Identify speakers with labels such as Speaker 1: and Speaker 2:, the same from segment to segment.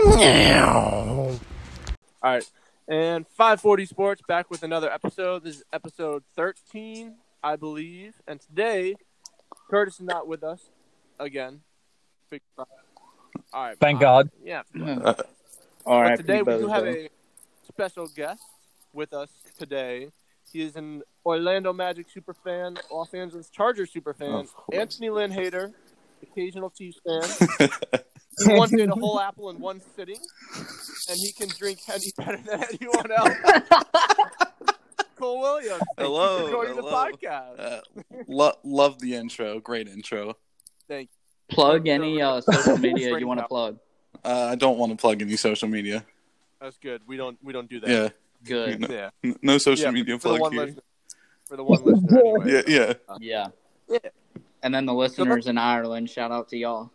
Speaker 1: Meow.
Speaker 2: All right. And 540 Sports back with another episode. This is episode 13, I believe. And today, Curtis is not with us again. Big- All right.
Speaker 3: Thank
Speaker 2: uh,
Speaker 3: God.
Speaker 2: Yeah.
Speaker 4: All
Speaker 2: But
Speaker 4: right,
Speaker 2: today, we do have
Speaker 4: Bozo.
Speaker 2: a special guest with us today. He is an Orlando Magic superfan, Los Angeles Chargers superfan,
Speaker 4: Of course.
Speaker 2: Anthony Lynn hater, occasional Chiefs fan. He wants to eat a whole apple in one sitting, and he can drink Henny better than anyone else. Cole Williams. thank you
Speaker 4: Hello,
Speaker 2: For joining
Speaker 4: Oh, hello.
Speaker 2: the podcast.
Speaker 4: Uh, lo- love the intro. Great intro.
Speaker 2: Thank you.
Speaker 5: Plug any uh, social media you want to plug.
Speaker 4: Uh, I don't want to plug any social media.
Speaker 2: That's good. We don't we don't do that.
Speaker 4: Yeah,
Speaker 5: Good.
Speaker 4: No.
Speaker 2: Yeah.
Speaker 4: N- no social
Speaker 2: Yeah,
Speaker 4: media
Speaker 2: For the
Speaker 4: plug
Speaker 2: one
Speaker 4: here.
Speaker 2: listener. For the one listener. Anyway.
Speaker 4: Yeah, yeah.
Speaker 5: Yeah.
Speaker 2: Yeah.
Speaker 5: And then the listeners in Ireland, shout out to y'all.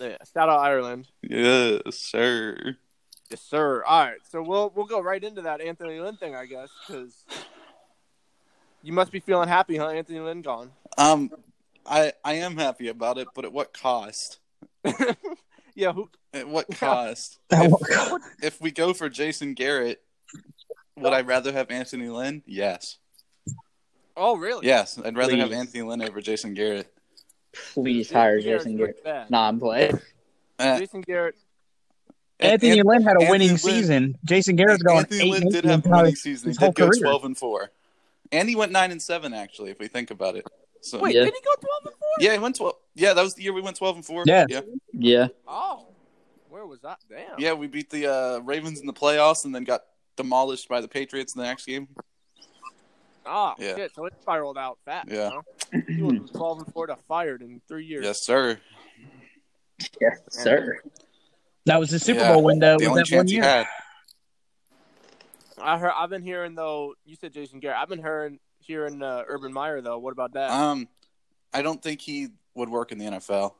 Speaker 2: yeah. Shout out Ireland.
Speaker 4: Yes, sir.
Speaker 2: Yes, sir. All right, so we'll we'll go right into that Anthony Lynn thing, I guess, because you must be feeling happy, huh? Anthony Lynn gone.
Speaker 4: Um, I I am happy about it, but at what cost?
Speaker 2: Yeah, who?
Speaker 4: At what
Speaker 2: Yeah.
Speaker 4: cost?
Speaker 3: At
Speaker 4: if,
Speaker 3: what
Speaker 4: if we go for Jason Garrett, would I rather have Anthony Lynn? Yes,
Speaker 2: Oh, really?
Speaker 4: yes. I'd rather have
Speaker 5: Please.
Speaker 4: Anthony Lynn over Jason Garrett.
Speaker 5: Please hire Jason Garrett.
Speaker 2: Garrett.
Speaker 5: Nah, I'm playing.
Speaker 4: Uh,
Speaker 2: Jason Garrett.
Speaker 3: Anthony
Speaker 4: An-
Speaker 3: Lynn had a
Speaker 4: Anthony
Speaker 3: winning
Speaker 4: Lynn-
Speaker 3: season. Jason Garrett's going
Speaker 4: Anthony
Speaker 3: eight
Speaker 4: Lynn
Speaker 3: and
Speaker 4: did
Speaker 3: eight
Speaker 4: have
Speaker 3: in
Speaker 4: a
Speaker 3: college.
Speaker 4: winning season. He
Speaker 3: his whole
Speaker 4: did go
Speaker 3: career.
Speaker 4: twelve and four, and he went nine and seven actually. If we think about it, so
Speaker 2: Wait,
Speaker 5: Yeah.
Speaker 2: did he go twelve and four?
Speaker 4: yeah, he went twelve. Yeah, that was the year we went twelve and four.
Speaker 3: Yeah.
Speaker 4: yeah,
Speaker 5: Yeah.
Speaker 2: Oh, where was that? Damn.
Speaker 4: Yeah, We beat the uh, Ravens in the playoffs, and then got demolished by the Patriots in the next game.
Speaker 2: Ah,
Speaker 4: Yeah.
Speaker 2: shit. So it spiraled out fast.
Speaker 4: Yeah.
Speaker 2: Huh? He went from twelve and four to fired in three years.
Speaker 4: Yes, sir.
Speaker 5: Yes, sir.
Speaker 3: That was the Super
Speaker 4: Yeah.
Speaker 3: Bowl window.
Speaker 4: the
Speaker 3: was
Speaker 4: only
Speaker 3: that one
Speaker 4: chance he
Speaker 3: year?
Speaker 4: had.
Speaker 2: I heard. I've been hearing though. You said Jason Garrett. I've been hearing hearing uh, Urban Meyer though. What about that?
Speaker 4: Um, I don't think he would work in the NFL.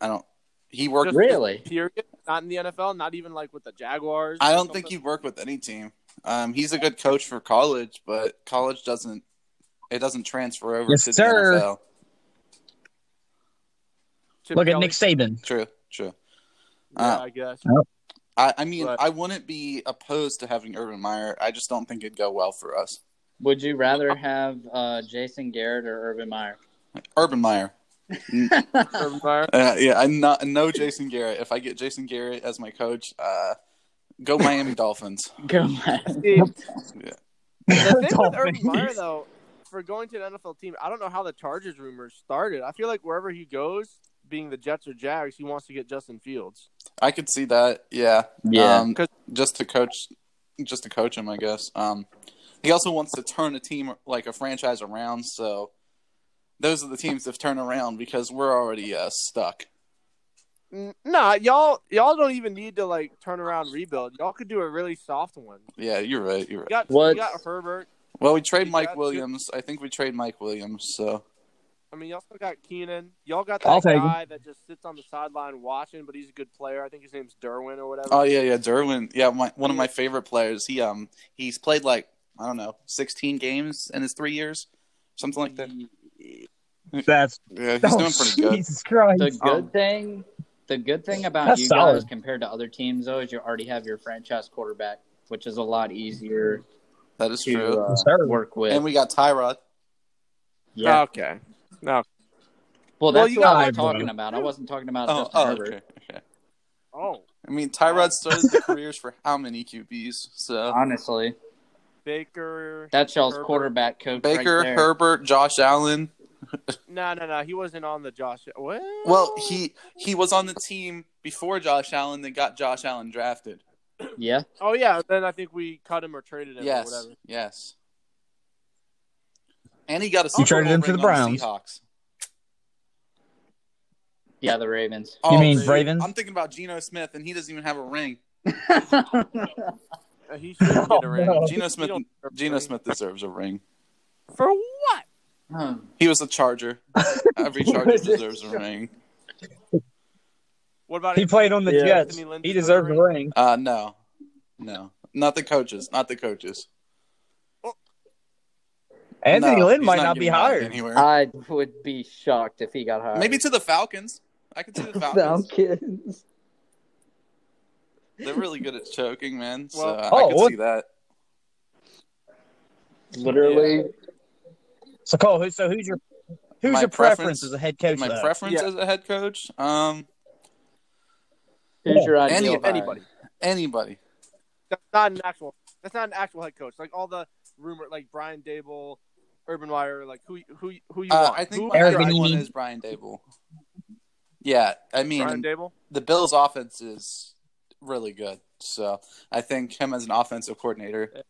Speaker 4: I don't. He worked.
Speaker 2: Just-
Speaker 5: Really?
Speaker 2: Period. Not in the NFL. Not even like with the Jaguars.
Speaker 4: I
Speaker 2: or
Speaker 4: don't think
Speaker 2: something?
Speaker 4: he'd work with any team. Um, he's a good coach for college, but college doesn't. It doesn't transfer over
Speaker 3: Yes,
Speaker 4: to
Speaker 3: sir.
Speaker 4: the NFL.
Speaker 2: Chip
Speaker 3: Look at
Speaker 2: Kelly?
Speaker 3: Nick Saban.
Speaker 4: True. True.
Speaker 2: Yeah,
Speaker 4: Uh,
Speaker 2: I guess.
Speaker 4: I, I mean,
Speaker 2: Right.
Speaker 4: I wouldn't be opposed to having Urban Meyer. I just don't think it'd go well for us.
Speaker 5: Would you rather have uh, Jason Garrett or Urban Meyer?
Speaker 4: Urban Meyer.
Speaker 2: Urban Meyer.
Speaker 4: Uh, yeah, I'm not. No, Jason Garrett. If I get Jason Garrett as my coach, uh, go Miami Dolphins.
Speaker 5: Go man.
Speaker 2: See, the thing with Urban
Speaker 3: Dolphins.
Speaker 2: Meyer, though, for going to an NFL team, I don't know how the Chargers rumors started. I feel like wherever he goes, being the Jets or Jags, he wants to get Justin Fields.
Speaker 4: I could see that. Yeah.
Speaker 5: Yeah.
Speaker 4: Um,
Speaker 2: 'Cause-
Speaker 4: just to coach, just to coach him, I guess. Um, he also wants to turn a team like a franchise around. So those are the teams that turn around because we're already uh, stuck.
Speaker 3: Mm,
Speaker 2: N- Nah, y'all, y'all don't even need to like turn around rebuild. Y'all could do a really soft one.
Speaker 4: Yeah, you're right. You're right.
Speaker 2: You got, you
Speaker 5: What?
Speaker 2: got Herbert.
Speaker 4: Well, we
Speaker 2: We
Speaker 4: trade
Speaker 2: got
Speaker 4: Mike
Speaker 2: two-
Speaker 4: Williams. I think we trade Mike Williams. So
Speaker 2: I mean, y'all still got Keenan. Y'all got
Speaker 3: I'll
Speaker 2: that
Speaker 3: take him.
Speaker 2: guy that just sits on the sideline watching, but he's a good player. I think his name's Derwin or whatever.
Speaker 4: Oh yeah, yeah, Derwin. Yeah, my, one of my favorite players. He um he's played like I don't know, sixteen games in his three years, something like that.
Speaker 3: That's
Speaker 4: Yeah, he's
Speaker 3: oh,
Speaker 4: doing pretty good.
Speaker 3: Jesus Christ.
Speaker 5: The
Speaker 2: Um,
Speaker 5: good thing, the good thing about
Speaker 3: That's
Speaker 5: you guys
Speaker 3: solid.
Speaker 5: compared to other teams, though, is you already have your franchise quarterback, which is a lot easier
Speaker 4: That is
Speaker 5: to
Speaker 4: true.
Speaker 5: uh,
Speaker 3: Yes, sir.
Speaker 5: work with.
Speaker 4: And we got Tyrod.
Speaker 5: yeah.
Speaker 2: Okay. No.
Speaker 5: Well,
Speaker 2: Well,
Speaker 5: that's
Speaker 2: you
Speaker 5: what
Speaker 2: got
Speaker 5: I
Speaker 3: one
Speaker 5: was talking
Speaker 3: vote.
Speaker 5: about. I wasn't talking about
Speaker 4: Oh,
Speaker 5: Justin
Speaker 4: oh
Speaker 5: Herbert.
Speaker 4: okay, okay.
Speaker 2: Oh,
Speaker 4: I mean, Tyrod started the careers for how many QBs? So
Speaker 5: Honestly,
Speaker 2: Baker.
Speaker 5: that's y'all's
Speaker 2: Herbert.
Speaker 5: quarterback coach.
Speaker 4: Baker,
Speaker 5: right there.
Speaker 4: Herbert, Josh Allen.
Speaker 2: No, no, no. He wasn't on the Josh. What?
Speaker 4: Well, he he was on the team before Josh Allen. They got Josh Allen drafted.
Speaker 5: Yeah,
Speaker 2: Oh yeah. Then I think we cut him or traded him or
Speaker 4: Yes,
Speaker 2: whatever.
Speaker 4: yes. And he got a Super
Speaker 3: You traded
Speaker 4: Bowl
Speaker 3: him to
Speaker 4: ring
Speaker 3: the
Speaker 4: on
Speaker 3: Browns.
Speaker 4: Seahawks.
Speaker 5: yeah, the Ravens.
Speaker 3: You
Speaker 4: Oh,
Speaker 3: mean
Speaker 4: shoot.
Speaker 3: Ravens?
Speaker 4: I'm thinking about Geno Smith, and he doesn't even have a ring.
Speaker 2: Uh, He should get a ring.
Speaker 3: Oh, no.
Speaker 4: Geno
Speaker 2: He
Speaker 4: Smith,
Speaker 2: don't deserve a
Speaker 4: Geno
Speaker 2: ring.
Speaker 4: Smith deserves a ring.
Speaker 2: for what?
Speaker 5: Hmm.
Speaker 4: He was a Charger. Every Charger deserves a ring.
Speaker 2: What about
Speaker 3: He
Speaker 2: Anthony-
Speaker 3: played on the
Speaker 5: Yeah.
Speaker 3: Jets.
Speaker 2: Anthony Lynn
Speaker 3: He
Speaker 2: deserve
Speaker 3: deserved
Speaker 2: a
Speaker 3: a ring.
Speaker 4: Uh, no, no, not the coaches, not the coaches.
Speaker 3: Anthony
Speaker 4: No,
Speaker 3: Lynn
Speaker 4: he's
Speaker 3: might not be
Speaker 4: getting hired
Speaker 3: hired.
Speaker 4: anywhere.
Speaker 5: I would be shocked if he got hired.
Speaker 4: Maybe to the Falcons. I could see the Falcons.
Speaker 6: Falcons.
Speaker 4: They're really good at choking, man. So
Speaker 2: Well-
Speaker 4: I
Speaker 3: Oh,
Speaker 4: could
Speaker 3: what-
Speaker 4: see that.
Speaker 5: Literally,
Speaker 3: So Cole, who, so who's your who's
Speaker 4: My
Speaker 3: your
Speaker 4: preference-
Speaker 3: preference, as a head coach?
Speaker 4: My
Speaker 3: though?
Speaker 4: preference
Speaker 2: Yeah.
Speaker 4: as a head coach, um,
Speaker 5: who's your ideal?
Speaker 4: Any-
Speaker 5: hire?
Speaker 2: anybody.
Speaker 4: anybody.
Speaker 2: That's not an actual. That's not an actual head coach. Like all the rumor, like Brian Dable, Urban Meyer, like who who who you
Speaker 4: Uh,
Speaker 2: want?
Speaker 4: I think
Speaker 2: who
Speaker 4: my
Speaker 3: Eric
Speaker 4: right
Speaker 3: Bieniemy.
Speaker 4: one is Brian Dable. Yeah, I mean,
Speaker 2: Brian Dable.
Speaker 4: the Bills' offense is really good, so I think him as an offensive coordinator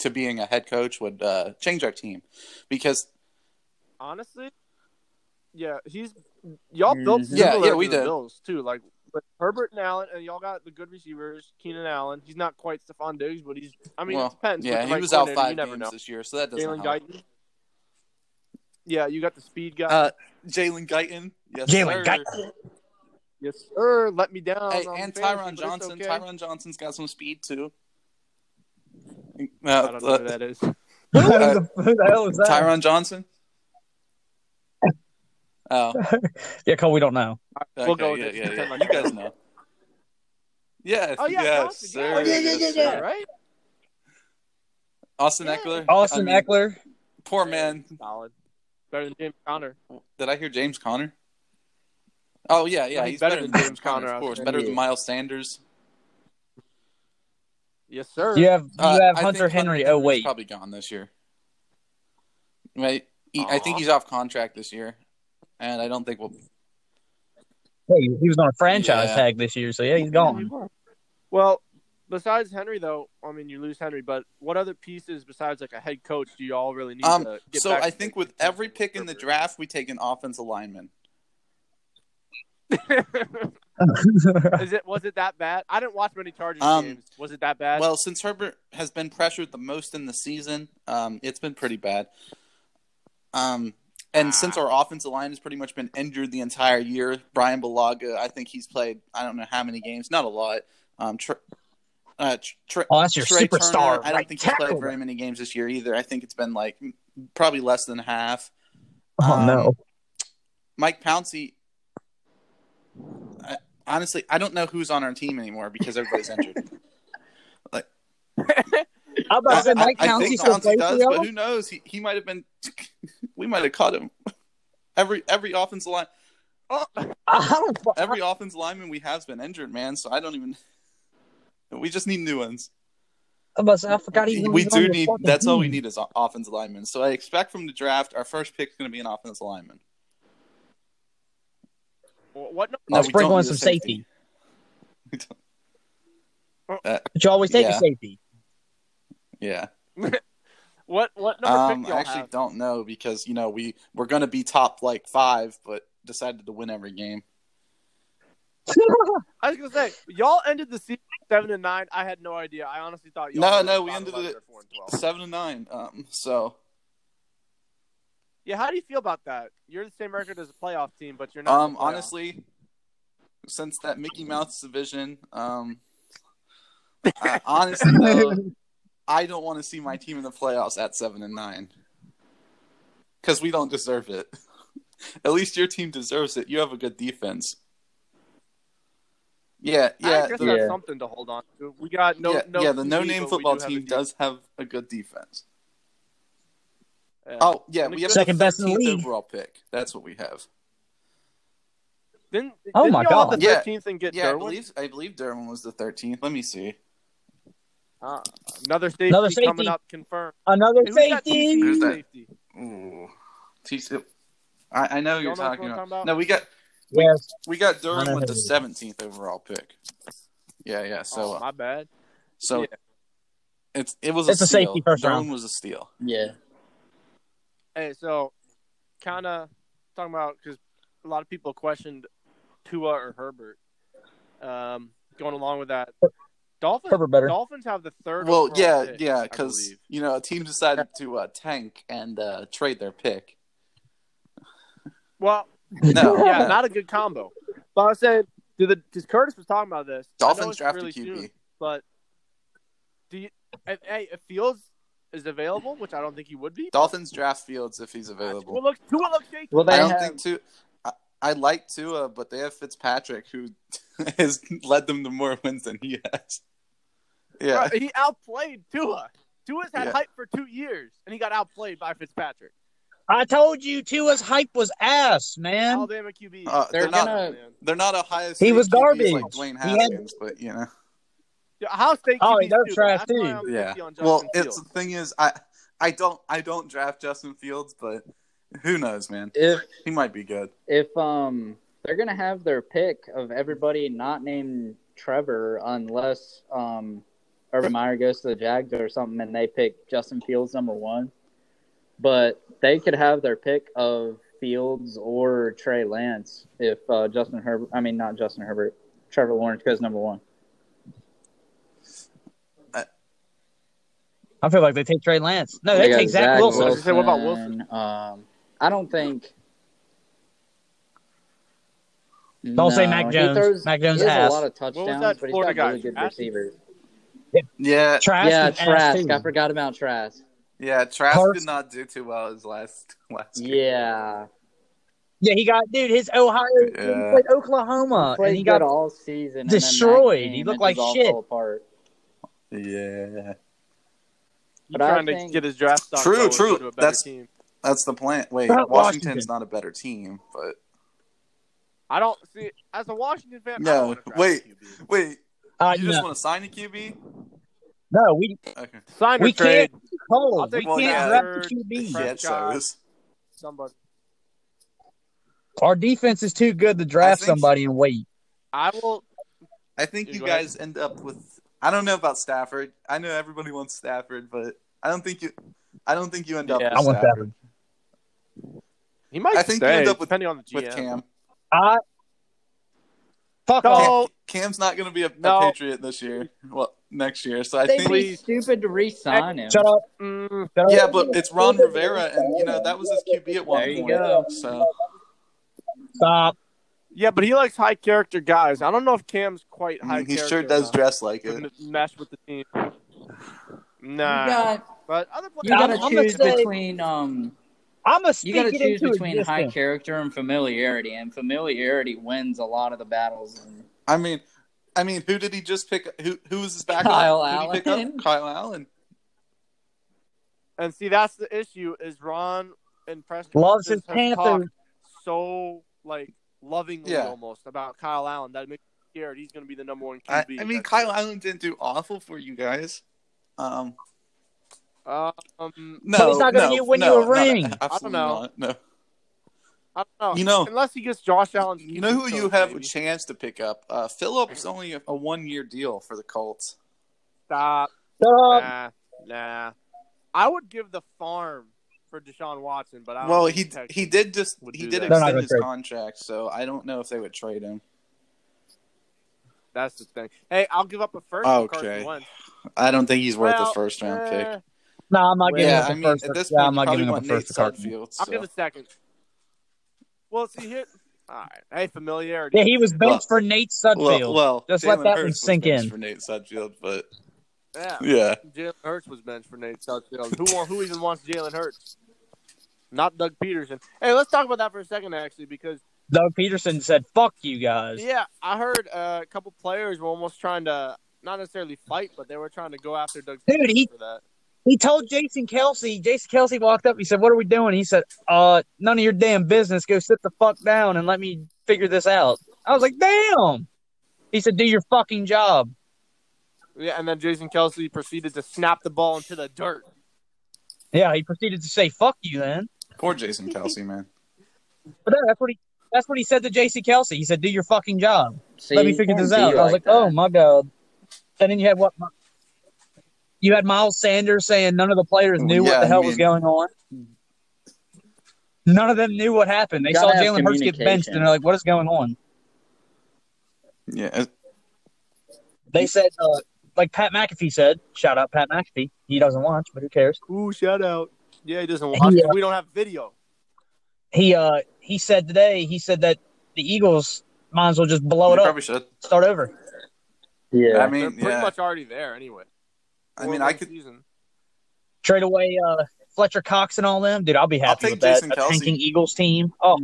Speaker 4: to being a head coach would uh, change our team because
Speaker 2: Honestly, yeah, he's y'all
Speaker 3: Mm-hmm.
Speaker 2: built.
Speaker 5: Mhm.
Speaker 4: Yeah,
Speaker 2: similar
Speaker 4: yeah, we
Speaker 2: to the
Speaker 4: did.
Speaker 2: Bills too. Like with Herbert and Allen, and y'all got the good receivers. Keenan Allen. He's not quite Stephon Diggs, but he's. I mean,
Speaker 4: well,
Speaker 2: it depends. with
Speaker 4: yeah,
Speaker 2: the
Speaker 4: he
Speaker 2: right
Speaker 4: was out
Speaker 2: coordinator,
Speaker 4: five
Speaker 2: you never
Speaker 4: games
Speaker 2: know.
Speaker 4: this year, so that doesn't
Speaker 2: Jalen
Speaker 4: help.
Speaker 2: Guyton. Yeah, you got the speed guy.
Speaker 4: Uh, Jalen Guyton, yes,
Speaker 3: Jalen
Speaker 4: sir.
Speaker 3: Guyton.
Speaker 2: yes, sir. Let me down.
Speaker 4: Hey,
Speaker 2: on
Speaker 4: and
Speaker 2: fantasy, but
Speaker 4: Tyron
Speaker 2: it's
Speaker 4: Johnson.
Speaker 2: okay.
Speaker 4: Tyron Johnson's got some speed too. Uh,
Speaker 2: I don't know who that is.
Speaker 3: who, the, who the hell is that?
Speaker 4: Tyron Johnson. Oh,
Speaker 3: Yeah, Cole, we don't know.
Speaker 2: We'll go
Speaker 4: okay,
Speaker 2: with
Speaker 4: yeah,
Speaker 2: it.
Speaker 4: yeah, yeah. You guys know. Yes,
Speaker 2: Oh, yeah,
Speaker 4: yes,
Speaker 2: Johnson,
Speaker 4: sir.
Speaker 2: yeah. Oh, yeah,
Speaker 6: yeah,
Speaker 4: yes,
Speaker 6: yeah,
Speaker 4: sir.
Speaker 6: yeah.
Speaker 2: All right.
Speaker 4: Austin
Speaker 2: Yeah.
Speaker 4: Eckler.
Speaker 3: Austin
Speaker 4: I mean,
Speaker 3: Eckler.
Speaker 4: Poor man.
Speaker 2: Solid. Better than James Conner.
Speaker 4: Did I hear James Conner? Oh yeah, yeah. He's, better, than James Conner,
Speaker 2: I
Speaker 4: of
Speaker 2: was
Speaker 4: course.
Speaker 2: saying.
Speaker 4: Better
Speaker 5: Yeah.
Speaker 4: than Miles Sanders.
Speaker 2: Yes, sir.
Speaker 3: You have you
Speaker 4: Uh,
Speaker 3: have
Speaker 4: I
Speaker 3: Hunter
Speaker 4: think
Speaker 3: Henry.
Speaker 4: Henry's
Speaker 3: Oh wait,
Speaker 4: probably gone this year. Right. He- I think
Speaker 2: Aw.
Speaker 4: he's off contract this year, and I don't think we'll.
Speaker 3: Hey, he was on a franchise
Speaker 4: Yeah.
Speaker 3: tag this year, so yeah, he's gone.
Speaker 2: Well, besides Henry, though, I mean, you lose Henry, but what other pieces besides like a head coach do you all really need?
Speaker 4: Um,
Speaker 2: to get
Speaker 4: So
Speaker 2: back
Speaker 4: I
Speaker 2: to
Speaker 4: think
Speaker 2: the-
Speaker 4: with every pick in the draft, we take an offensive lineman.
Speaker 2: Is it was it that bad? I didn't watch many Chargers
Speaker 4: Um,
Speaker 2: games. Was it that bad?
Speaker 4: Well, since Herbert has been pressured the most in the season, um, it's been pretty bad. Um, and
Speaker 2: Ah.
Speaker 4: since our offensive line has pretty much been injured the entire year, Brian Balaga, I think he's played I don't know how many games, not a lot. Um, tr- uh, tr- tr-
Speaker 3: Oh, that's your
Speaker 4: Trey
Speaker 3: superstar.
Speaker 4: Turner, I don't
Speaker 3: right
Speaker 4: think he's
Speaker 3: tackle.
Speaker 4: played very many games this year either. I think it's been like m- probably less than half.
Speaker 3: Oh
Speaker 4: Um,
Speaker 3: no,
Speaker 4: Mike Pouncey. I, honestly, I don't know who's on our team anymore because everybody's injured.
Speaker 3: I'm about to say Mike
Speaker 4: I, I
Speaker 3: Pouncey
Speaker 4: think
Speaker 3: still
Speaker 4: Pouncey
Speaker 3: plays
Speaker 4: does,
Speaker 3: for
Speaker 4: but
Speaker 3: y'all?
Speaker 4: who knows? He, he might have been. we might have caught him. Every every offensive line,
Speaker 3: I don't.
Speaker 4: every offensive lineman we have's been injured, man. So I don't even. We just need new ones.
Speaker 3: I'm about to say, I forgot he
Speaker 4: we
Speaker 3: was Hmm. on
Speaker 4: do
Speaker 3: your
Speaker 4: need.
Speaker 3: fucking
Speaker 4: That's all we
Speaker 3: team.
Speaker 4: need is o- offensive linemen. So I expect from the draft, our first pick is going to be an offensive lineman.
Speaker 2: what?
Speaker 4: No,
Speaker 3: I'll
Speaker 4: we
Speaker 3: sprinkle
Speaker 4: don't
Speaker 3: in
Speaker 4: need
Speaker 3: some
Speaker 4: a
Speaker 3: safety.
Speaker 4: We don't- Uh,
Speaker 3: But you always take a
Speaker 4: Yeah.
Speaker 3: safety.
Speaker 4: Yeah.
Speaker 2: What? What number
Speaker 4: Um,
Speaker 2: pick
Speaker 4: I
Speaker 2: y'all
Speaker 4: actually
Speaker 2: have?
Speaker 4: don't know because you know we we're going to be top like five, but decided to win every game.
Speaker 2: I was gonna say y'all ended the season seven and nine. I had no idea. I honestly thought y'all.
Speaker 4: No,
Speaker 2: were,
Speaker 4: no,
Speaker 2: like,
Speaker 4: we
Speaker 2: bottom
Speaker 4: ended
Speaker 2: 11
Speaker 4: it-
Speaker 2: or four and 12.
Speaker 4: Seven and nine. Um. So
Speaker 2: Yeah, how do you feel about that? You're the same record as a playoff team, but you're not. in
Speaker 4: Um,
Speaker 2: the playoffs.
Speaker 4: honestly, since that Mickey Mouse division, um, I- honestly, though, I don't want to see my team in the playoffs at seven and nine because we don't deserve it. at least your team deserves it. You have a good defense. Yeah,
Speaker 2: I
Speaker 4: yeah,
Speaker 2: guess
Speaker 4: the,
Speaker 2: that's
Speaker 5: Yeah.
Speaker 2: something to hold on to. We got no,
Speaker 4: yeah,
Speaker 2: no
Speaker 4: yeah. The
Speaker 2: QB,
Speaker 4: no name
Speaker 2: but we
Speaker 4: football
Speaker 2: do have a
Speaker 4: team
Speaker 2: defense.
Speaker 4: does have a good defense.
Speaker 2: Yeah.
Speaker 4: Oh yeah,
Speaker 2: And
Speaker 4: we
Speaker 2: the
Speaker 4: have
Speaker 3: Second
Speaker 4: the
Speaker 3: best in the
Speaker 4: 13th
Speaker 3: league.
Speaker 4: overall pick. That's what we have.
Speaker 2: Didn't,
Speaker 3: Oh
Speaker 2: didn't
Speaker 3: my
Speaker 2: y'all have
Speaker 3: God.
Speaker 2: The
Speaker 4: Yeah.
Speaker 2: 13th and get
Speaker 4: Yeah, I
Speaker 2: Derwin?
Speaker 4: believe I believe Durham was the 13th. Let me see.
Speaker 2: Uh, another safety,
Speaker 3: Another safety.
Speaker 2: coming up confirmed.
Speaker 3: Another
Speaker 2: Who's that
Speaker 3: safety.
Speaker 4: Who's
Speaker 2: TCU
Speaker 4: that?
Speaker 2: safety?
Speaker 4: Ooh. TCU. I, I know
Speaker 2: Y'all
Speaker 4: who you're
Speaker 2: know what
Speaker 4: talking
Speaker 2: I'm
Speaker 4: about.
Speaker 2: talking about?
Speaker 4: No, we got
Speaker 3: Yes.
Speaker 4: we got
Speaker 3: I
Speaker 4: Durham
Speaker 3: know
Speaker 4: with the
Speaker 3: who it is.
Speaker 4: seventeenth overall pick. Yeah, yeah. So
Speaker 2: oh,
Speaker 4: uh,
Speaker 2: my bad.
Speaker 4: so
Speaker 2: yeah.
Speaker 4: it's it was
Speaker 3: It's
Speaker 4: a,
Speaker 3: a
Speaker 4: steal.
Speaker 3: safety first
Speaker 4: Durham
Speaker 3: round.
Speaker 4: was a steal.
Speaker 5: yeah.
Speaker 2: Hey, so kind of talking about because a lot of people questioned Tua or Herbert. Um, going along with that, Dolphins.
Speaker 3: Herbert better.
Speaker 2: Dolphins have the third.
Speaker 4: Well,
Speaker 2: overall
Speaker 4: yeah,
Speaker 2: pick,
Speaker 4: yeah,
Speaker 2: I
Speaker 4: because
Speaker 2: believe.
Speaker 4: you know a team decided to uh, tank and uh, trade their pick.
Speaker 2: Well,
Speaker 4: No,
Speaker 2: yeah,
Speaker 4: yeah,
Speaker 2: not a good combo. But I was saying, do the because Curtis was talking about this. I know
Speaker 4: Dolphins
Speaker 2: it's
Speaker 4: drafted
Speaker 2: really
Speaker 4: QB.
Speaker 2: soon, but do you? If, hey, if Fields is available, which I don't think he would be.
Speaker 4: Dolphins draft Fields if he's
Speaker 2: Tua
Speaker 4: available.
Speaker 2: looks, Tua looks shaky.
Speaker 5: Well, they
Speaker 4: I don't
Speaker 5: have
Speaker 4: think too. I, I like Tua, but they have Fitzpatrick, who has led them to more wins than he has. Yeah,
Speaker 2: Bro, he outplayed Tua. Tua's had
Speaker 4: Yeah.
Speaker 2: hype for two years, and he got outplayed by Fitzpatrick.
Speaker 3: I told you Tua's hype was ass, man.
Speaker 2: Alabama QB.
Speaker 4: Uh,
Speaker 5: They're
Speaker 4: they're, not.
Speaker 5: gonna-
Speaker 4: They're not Ohio State.
Speaker 3: He was
Speaker 4: QBs
Speaker 3: garbage.
Speaker 4: Like Dwayne
Speaker 3: He had-
Speaker 4: Haskins, but you know.
Speaker 2: Yeah, Ohio State
Speaker 3: Oh,
Speaker 2: QB
Speaker 3: and they're
Speaker 2: too,
Speaker 3: trash
Speaker 2: but that's why
Speaker 3: too.
Speaker 2: I'm
Speaker 4: Yeah.
Speaker 2: iffy on Justin
Speaker 4: Well,
Speaker 2: Fields.
Speaker 4: it's the thing is, I I don't I don't draft Justin Fields, but who knows, man?
Speaker 5: If
Speaker 4: He might be good.
Speaker 5: if um they're gonna have their pick of everybody not named Trevor unless um Urban Meyer goes to the Jags or something and they pick Justin Fields number one. But they could have their pick of Fields or Trey Lance if uh, Justin Herbert I mean not Justin Herbert, Trevor Lawrence goes number one.
Speaker 3: I feel like they take Trey Lance. No, they,
Speaker 5: got
Speaker 3: take Zach,
Speaker 5: Zach
Speaker 2: Wilson.
Speaker 3: Wilson.
Speaker 2: I was gonna say, what about Wilson?
Speaker 5: Um, I don't think. Don't
Speaker 3: say Mac Jones. Mac Jones
Speaker 5: he has
Speaker 3: ass.
Speaker 5: a lot of
Speaker 2: was
Speaker 5: touchdowns,
Speaker 2: that
Speaker 5: but he's
Speaker 2: Florida
Speaker 5: got really
Speaker 2: guy?
Speaker 5: good
Speaker 2: Trask?
Speaker 5: receivers.
Speaker 4: Yeah,
Speaker 3: Trask
Speaker 5: yeah,
Speaker 3: and ass,
Speaker 5: Trask.
Speaker 3: too.
Speaker 5: I forgot about Trask.
Speaker 4: yeah. Trask
Speaker 3: Carson-
Speaker 4: did not do too well his last last. year.
Speaker 5: Yeah,
Speaker 3: Yeah, he got dude. His Ohio,
Speaker 4: Yeah.
Speaker 3: he played Oklahoma,
Speaker 5: played
Speaker 3: Uh, and he got
Speaker 5: good all season. and then that
Speaker 3: destroyed.
Speaker 5: game,
Speaker 3: He looked
Speaker 5: it
Speaker 3: like
Speaker 5: just all
Speaker 3: shit.
Speaker 5: fell apart.
Speaker 4: Yeah,
Speaker 2: He's
Speaker 5: but I
Speaker 2: trying to
Speaker 5: think-
Speaker 2: get his draft stock.
Speaker 4: True,
Speaker 2: going
Speaker 4: true.
Speaker 2: To a better
Speaker 4: That's-
Speaker 2: team.
Speaker 4: that's the plan. Wait,
Speaker 3: Not
Speaker 4: Washington's
Speaker 3: Washington.
Speaker 4: not a better team, but
Speaker 2: I don't see as a Washington fan. I
Speaker 4: No,
Speaker 2: don't wanna draft
Speaker 4: wait.
Speaker 2: a QB.
Speaker 4: wait,
Speaker 3: uh,
Speaker 4: you
Speaker 3: no,
Speaker 4: just want to sign a QB?
Speaker 3: no, we
Speaker 4: Okay,
Speaker 2: Sign or
Speaker 3: We
Speaker 2: trade
Speaker 3: can't- Cole,
Speaker 2: I'll
Speaker 3: we
Speaker 2: take
Speaker 3: can't
Speaker 4: Zach.
Speaker 3: draft the
Speaker 2: Zach.
Speaker 3: QB.
Speaker 4: yeah, it
Speaker 2: Prescott.
Speaker 4: shows.
Speaker 2: somebody.
Speaker 3: Our defense is too good to draft
Speaker 4: think-
Speaker 3: somebody and wait.
Speaker 2: I will.
Speaker 4: I think
Speaker 2: Yeah,
Speaker 4: you
Speaker 2: go ahead.
Speaker 4: guys end up with. I don't know about Stafford. I know everybody wants Stafford, but I don't think you. I don't think you end up.
Speaker 2: Yeah.
Speaker 4: with
Speaker 3: I want
Speaker 4: Stafford.
Speaker 3: Stafford.
Speaker 2: He might.
Speaker 4: I think you
Speaker 2: stay,
Speaker 4: end up with-
Speaker 2: depending on the GM.
Speaker 4: with Cam.
Speaker 3: I fuck
Speaker 2: No.
Speaker 3: off.
Speaker 2: Oh.
Speaker 4: Cam. Cam's not going to be a,
Speaker 2: No.
Speaker 4: a Patriot this year. Well, next year. So I
Speaker 5: They'd
Speaker 4: think.
Speaker 5: be stupid to re-sign him.
Speaker 3: Shut up.
Speaker 2: Mm,
Speaker 3: Shut up.
Speaker 4: Yeah, but it's Ron Rivera, and you know that was his QB at one
Speaker 5: There you
Speaker 4: point.
Speaker 5: go.
Speaker 4: So
Speaker 3: Stop.
Speaker 2: yeah, but he likes high character guys. I don't know if Cam's quite high.
Speaker 4: mm, he
Speaker 2: character
Speaker 4: sure
Speaker 2: or
Speaker 4: does
Speaker 2: not.
Speaker 4: dress like it.
Speaker 2: Wouldn't mesh with the team. Nah,
Speaker 5: You got
Speaker 2: but other players.
Speaker 5: you gotta
Speaker 3: I'm- I'm gonna
Speaker 5: choose
Speaker 3: say-
Speaker 5: between um
Speaker 3: I'm gonna
Speaker 5: you
Speaker 3: speak
Speaker 5: gotta
Speaker 3: it
Speaker 5: choose
Speaker 3: into
Speaker 5: between high
Speaker 3: existence.
Speaker 5: character and familiarity, and familiarity wins a lot of the battles. And
Speaker 4: I mean, I mean, who did he just pick? Who who was his backup?
Speaker 5: Kyle
Speaker 4: Who did he pick
Speaker 5: Allen.
Speaker 4: up? Kyle Allen.
Speaker 2: And see, that's the issue is Ron and Preston
Speaker 3: Loves his
Speaker 2: have
Speaker 3: Panther.
Speaker 2: talked so like lovingly
Speaker 4: Yeah.
Speaker 2: almost about Kyle Allen that makes me scared he's going to be the number one
Speaker 4: I,
Speaker 2: QB.
Speaker 4: I mean, Kyle Allen didn't do awful for you guys. Um,
Speaker 2: Kyle. Um,
Speaker 4: no,
Speaker 3: But he's not gonna
Speaker 4: no,
Speaker 3: you- win you
Speaker 4: no,
Speaker 3: a
Speaker 4: no,
Speaker 3: ring.
Speaker 4: absolutely
Speaker 2: I don't know.
Speaker 4: not, no.
Speaker 2: I don't know.
Speaker 4: You know-
Speaker 2: unless he gets Josh Allen,
Speaker 4: You know who you have a
Speaker 2: Maybe.
Speaker 4: chance to pick up? Uh, Phillips only a, a one-year deal for the Colts.
Speaker 2: Stop.
Speaker 3: Shut up.
Speaker 2: Nah, nah. I would give the farm for Deshaun Watson, but I don't
Speaker 4: Well,
Speaker 2: think
Speaker 4: he
Speaker 2: the Texans-
Speaker 4: he did just
Speaker 2: Um, would
Speaker 4: he
Speaker 2: do
Speaker 4: did
Speaker 2: that.
Speaker 3: They're not
Speaker 4: extend
Speaker 3: gonna
Speaker 4: his
Speaker 3: trade.
Speaker 4: contract, so I don't know if they would trade him.
Speaker 2: That's the thing. Hey, I'll give up a first. for Carson
Speaker 4: Okay.
Speaker 2: Wentz.
Speaker 4: I don't think he's worth
Speaker 2: Well,
Speaker 4: a first-round
Speaker 2: eh,
Speaker 4: pick.
Speaker 3: No, I'm not
Speaker 5: Well,
Speaker 3: giving
Speaker 4: yeah,
Speaker 3: up
Speaker 4: I
Speaker 3: a
Speaker 4: mean,
Speaker 3: first.
Speaker 4: at this
Speaker 3: yeah,
Speaker 4: point,
Speaker 3: I'm
Speaker 4: you
Speaker 3: not
Speaker 4: probably
Speaker 3: giving up
Speaker 4: want
Speaker 3: a
Speaker 4: Nate
Speaker 3: first to Carson.
Speaker 4: Sudfield.
Speaker 2: I'll
Speaker 4: So.
Speaker 2: give a second. Well, see here. All right. Hey, familiarity.
Speaker 3: Yeah, he was benched
Speaker 4: Well-
Speaker 3: for Nate Sudfield.
Speaker 4: Well, well,
Speaker 3: Just let
Speaker 4: Jalen
Speaker 3: that
Speaker 4: Hurts
Speaker 3: one
Speaker 4: was
Speaker 3: sink
Speaker 4: benched
Speaker 3: in.
Speaker 4: for Nate Sudfield, but
Speaker 2: Yeah.
Speaker 4: yeah,
Speaker 2: Jalen Hurts was benched for Nate Sudfield. Who wa- who even wants Jalen Hurts? Not Doug Peterson. Hey, let's talk about that for a second, actually, because
Speaker 3: Doug Peterson said, "Fuck you guys."
Speaker 2: yeah, I heard uh, a couple players were almost trying to not necessarily fight, but they were trying to go after Doug
Speaker 3: Dude,
Speaker 2: Peterson
Speaker 3: he-
Speaker 2: for that.
Speaker 3: He told Jason Kelsey. Jason Kelsey walked up. He said, "What are we doing?" He said, "Uh, none of your damn business. Go sit the fuck down and let me figure this out." I was like, "Damn." He said, "Do your fucking job."
Speaker 2: Yeah, and then Jason Kelsey proceeded to snap the ball into the dirt.
Speaker 3: Yeah, he proceeded to say, "Fuck you," then.
Speaker 4: poor Jason Kelsey, man.
Speaker 3: But no, that's what he. That's what he said to Jason Kelsey. He said, "Do your fucking job.
Speaker 5: See,
Speaker 3: let me figure this
Speaker 5: you can't
Speaker 3: out."
Speaker 5: be
Speaker 3: I was like,
Speaker 5: that.
Speaker 3: "Oh my god." And then you had what? You had Miles Sanders saying none of the players knew
Speaker 4: Yeah,
Speaker 3: what
Speaker 4: I
Speaker 3: the hell was
Speaker 4: mean-
Speaker 3: going on. None of them knew what happened. They
Speaker 5: Gotta
Speaker 3: saw
Speaker 5: have
Speaker 3: Jalen Hurts get benched, and
Speaker 5: communication.
Speaker 3: they're like, "What is going on?"
Speaker 4: Yeah,
Speaker 3: They said, uh, like Pat McAfee said, shout out Pat McAfee. He doesn't watch, but who cares?
Speaker 2: Ooh, shout out. Yeah, he doesn't watch.
Speaker 3: Yeah.
Speaker 2: We don't have video.
Speaker 3: He uh, he said today, he said that the Eagles might as well just blow
Speaker 4: you
Speaker 3: it up,
Speaker 4: probably should.
Speaker 3: start over.
Speaker 5: Yeah,
Speaker 4: I
Speaker 2: They're
Speaker 4: mean,
Speaker 2: pretty
Speaker 4: yeah.
Speaker 2: much already there anyway. Or
Speaker 4: I mean,
Speaker 2: one
Speaker 4: I could.
Speaker 2: season.
Speaker 3: trade away uh, Fletcher Cox and all them, dude, I'll be happy
Speaker 4: take
Speaker 3: with that.
Speaker 4: Jason
Speaker 3: A
Speaker 4: Kelce.
Speaker 3: tanking Eagles team. Oh,